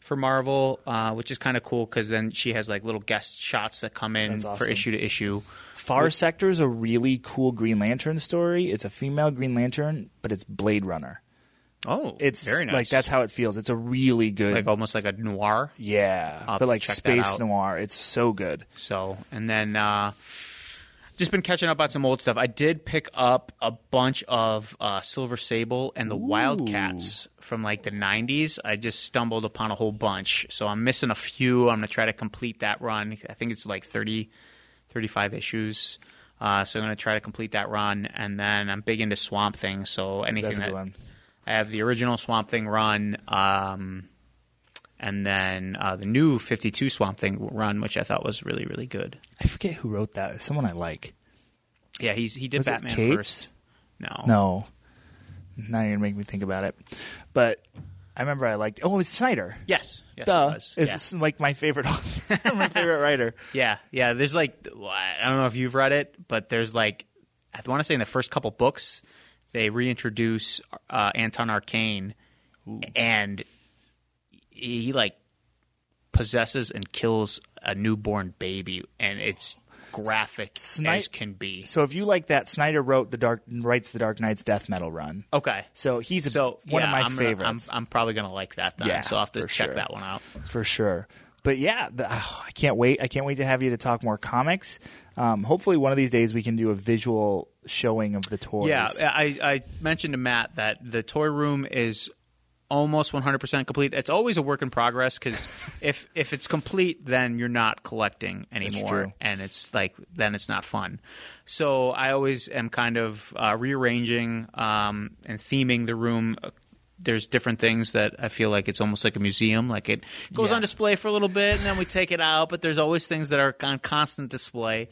Speaker 3: For Marvel, uh, which is kind of cool because then she has like little guest shots that come in
Speaker 2: That's
Speaker 3: for
Speaker 2: awesome.
Speaker 3: issue to issue.
Speaker 2: Far Sector is a really cool Green Lantern story. It's a female Green Lantern, but it's Blade Runner.
Speaker 3: Oh,
Speaker 2: It's
Speaker 3: very nice.
Speaker 2: like that's how it feels. It's a really good,
Speaker 3: like almost like a noir.
Speaker 2: yeah,
Speaker 3: I'll have to
Speaker 2: but like
Speaker 3: check that
Speaker 2: space
Speaker 3: out.
Speaker 2: noir. It's so good.
Speaker 3: So, and then uh, just been catching up on some old stuff. I did pick up a bunch of uh, Silver Sable and the Wildcats from like the 90s. I just stumbled upon a whole bunch. So I'm missing a few. I'm going to try to complete that run. I think it's like 30, 35 issues. Uh, so I'm going to try to complete that run. And then I'm big into Swamp Thing. So anything
Speaker 2: That's a
Speaker 3: that
Speaker 2: good one.
Speaker 3: I have the original Swamp Thing run, um, and then uh, the new 52 Swamp Thing run, which I thought was really, really good.
Speaker 2: I forget who wrote that. It's Someone I like.
Speaker 3: Yeah, he's he did
Speaker 2: Was it
Speaker 3: Batman
Speaker 2: Cates?
Speaker 3: first. No,
Speaker 2: No. Now you're gonna make me think about it. But I remember I liked oh it was Snyder.
Speaker 3: Yes, yes,
Speaker 2: Duh.
Speaker 3: it was.
Speaker 2: It's
Speaker 3: Yeah.
Speaker 2: just, like my favorite
Speaker 3: [laughs]
Speaker 2: [laughs] my favorite writer.
Speaker 3: yeah, yeah. There's like I don't know if you've read it, but there's like I want to say in the first couple books they reintroduce uh, Anton Arcane, and he he, like possesses and kills a newborn baby, and it's graphic
Speaker 2: Sni-
Speaker 3: as can be.
Speaker 2: So if you like that, Snyder wrote the Dark writes the Dark Knight's Death Metal run.
Speaker 3: Okay.
Speaker 2: So he's a,
Speaker 3: So
Speaker 2: one of
Speaker 3: yeah,
Speaker 2: my
Speaker 3: I'm gonna-
Speaker 2: favorites
Speaker 3: I'm, I'm probably gonna like that then.
Speaker 2: Yeah,
Speaker 3: so I'll have to
Speaker 2: for
Speaker 3: check
Speaker 2: sure.
Speaker 3: that one out.
Speaker 2: for sure. But yeah, the, oh, I can't wait. I can't wait to have you to talk more comics. Um, hopefully, one of these days we can do a visual showing of the toys.
Speaker 3: Yeah, I, I mentioned to Matt that the toy room is almost 100% complete. It's always a work in progress
Speaker 2: [laughs]
Speaker 3: because if if it's complete, then you're not collecting anymore,
Speaker 2: true.
Speaker 3: and it's like then it's not fun. So I always am kind of uh, rearranging um, and theming the room. There's different things that I feel like it's almost like a museum. Like it goes
Speaker 2: Yeah.
Speaker 3: on display for a little bit, and then we take it out. But there's always things that are on constant display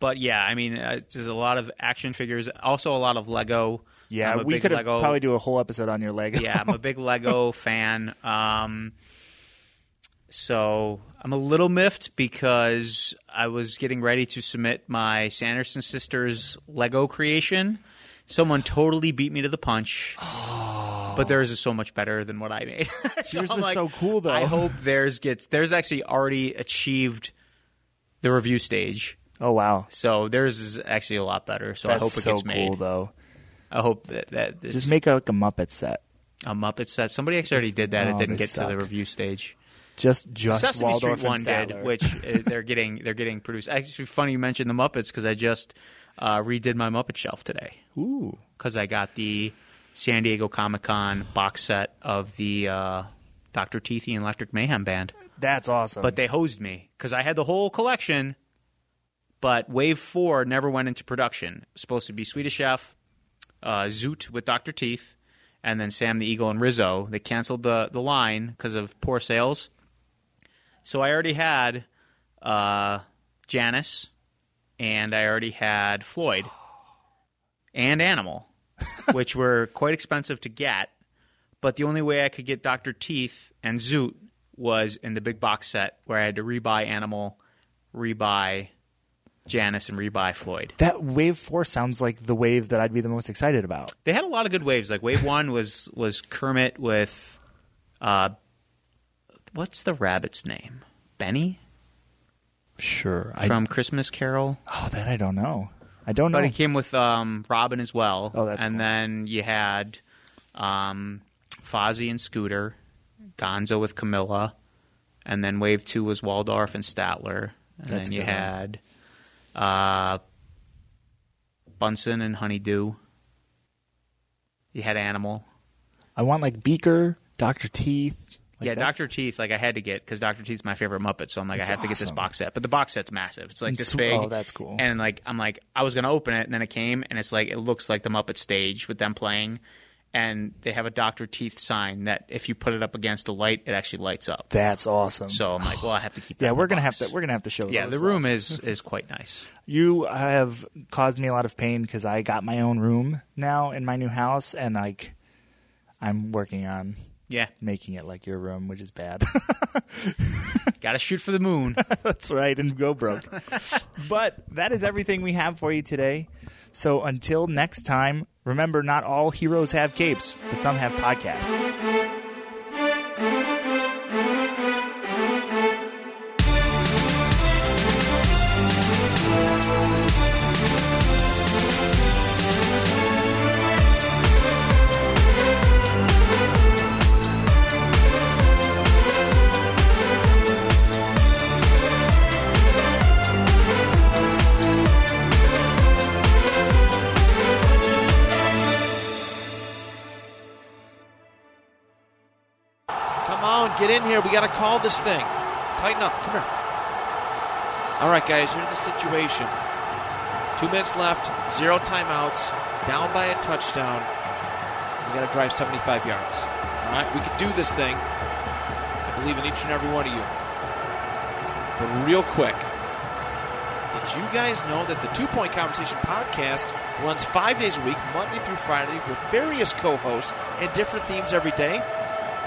Speaker 3: but yeah, I mean, uh, there's a lot of action figures, also a lot of Lego.
Speaker 2: yeah.
Speaker 3: I'm a
Speaker 2: We
Speaker 3: big
Speaker 2: could
Speaker 3: Lego,
Speaker 2: probably do a whole episode on your
Speaker 3: [laughs]
Speaker 2: Lego.
Speaker 3: yeah, I'm a big Lego fan. Um, so I'm a little miffed because I was getting ready to submit my Sanderson sisters Lego creation. Someone totally beat me to the punch. But theirs is so much better than what I made. [laughs] so
Speaker 2: Oh. Yours
Speaker 3: I'm
Speaker 2: was
Speaker 3: like,
Speaker 2: so cool, though.
Speaker 3: I hope theirs gets theirs actually already achieved the review stage.
Speaker 2: [laughs] Oh wow,
Speaker 3: So theirs is actually a lot better. So I
Speaker 2: that's
Speaker 3: hope it
Speaker 2: so
Speaker 3: gets made.
Speaker 2: cool though.
Speaker 3: I hope that that that
Speaker 2: Just make like a Muppet set.
Speaker 3: a Muppet set. Somebody actually already did that.
Speaker 2: Oh,
Speaker 3: it didn't
Speaker 2: they
Speaker 3: get to
Speaker 2: suck.
Speaker 3: the review stage.
Speaker 2: Just just
Speaker 3: Sesame
Speaker 2: Waldorf
Speaker 3: Street one
Speaker 2: and
Speaker 3: did,
Speaker 2: Statler.
Speaker 3: which uh, they're getting they're getting produced. Actually, funny you mentioned the Muppets because I just uh, redid my Muppet shelf today
Speaker 2: Ooh.
Speaker 3: because I got the San Diego Comic Con box set of the uh, Doctor Teethy and Electric Mayhem Band.
Speaker 2: That's awesome.
Speaker 3: but they hosed me because I had the whole collection, but Wave Four never went into production. Supposed to be Swedish Chef, uh, Zoot with Doctor Teeth, and then Sam the Eagle and Rizzo. They canceled the the line because of poor sales. So I already had uh, Janice, and I already had Floyd, and Animal, which were quite expensive to get but the only way I could get Dr. Teeth and Zoot was in the big box set where I had to rebuy Animal, rebuy Janice, and rebuy Floyd.
Speaker 2: that wave four sounds like the wave that I'd be the most excited about.
Speaker 3: They had a lot of good waves. Like wave one was was Kermit with, uh, what's the rabbit's name? Benny
Speaker 2: Sure. I,
Speaker 3: from Christmas Carol.
Speaker 2: oh, that I don't know. I don't know.
Speaker 3: But it came with um, Robin as well.
Speaker 2: Oh, that's
Speaker 3: and
Speaker 2: cool.
Speaker 3: then you had um, Fozzie and Scooter, Gonzo with Camilla, and then Wave Two was Waldorf and Statler, and
Speaker 2: That's
Speaker 3: then
Speaker 2: a
Speaker 3: you
Speaker 2: good one.
Speaker 3: had uh, Bunsen and Honeydew. You had Animal.
Speaker 2: I want like Beaker, Doctor Teeth. Like
Speaker 3: yeah,
Speaker 2: that's-
Speaker 3: Doctor Teeth. Like I had to get because Doctor Teeth's my favorite Muppet, so I'm like
Speaker 2: That's
Speaker 3: I have to get this
Speaker 2: awesome.
Speaker 3: box set. But the box set's massive. It's like
Speaker 2: And
Speaker 3: this
Speaker 2: sw-
Speaker 3: big.
Speaker 2: oh, that's cool.
Speaker 3: And like I'm like I was gonna open it, and then it came, and it's like it looks like the Muppet stage with them playing, and they have a Doctor Teeth sign that if you put it up against a light, it actually lights up.
Speaker 2: That's awesome.
Speaker 3: So I'm like, well, I have to keep. that
Speaker 2: [sighs] yeah,
Speaker 3: in
Speaker 2: we're
Speaker 3: the
Speaker 2: gonna have
Speaker 3: box.
Speaker 2: to we're gonna have to show.
Speaker 3: Yeah,
Speaker 2: those
Speaker 3: the room is is quite
Speaker 2: [laughs]
Speaker 3: nice.
Speaker 2: you have caused me a lot of pain because I got my own room now in my new house, and like I'm working on
Speaker 3: Yeah,
Speaker 2: making it like your room, which is bad. [laughs]
Speaker 3: got to shoot for the moon.
Speaker 2: That's right, and go broke. but that is everything we have for you today. So until next time, remember not all heroes have capes, but some have podcasts.
Speaker 4: Come on, get in here. We got to call this thing. Tighten up. Come here. All right, guys, here's the situation. Two minutes left, zero timeouts, down by a touchdown. We got to drive 75 yards. All right, we can do this thing. I believe in each and every one of you. But real quick, did you guys know that the Two Point Conversation podcast runs five days a week, Monday through Friday, with various co hosts and different themes every day?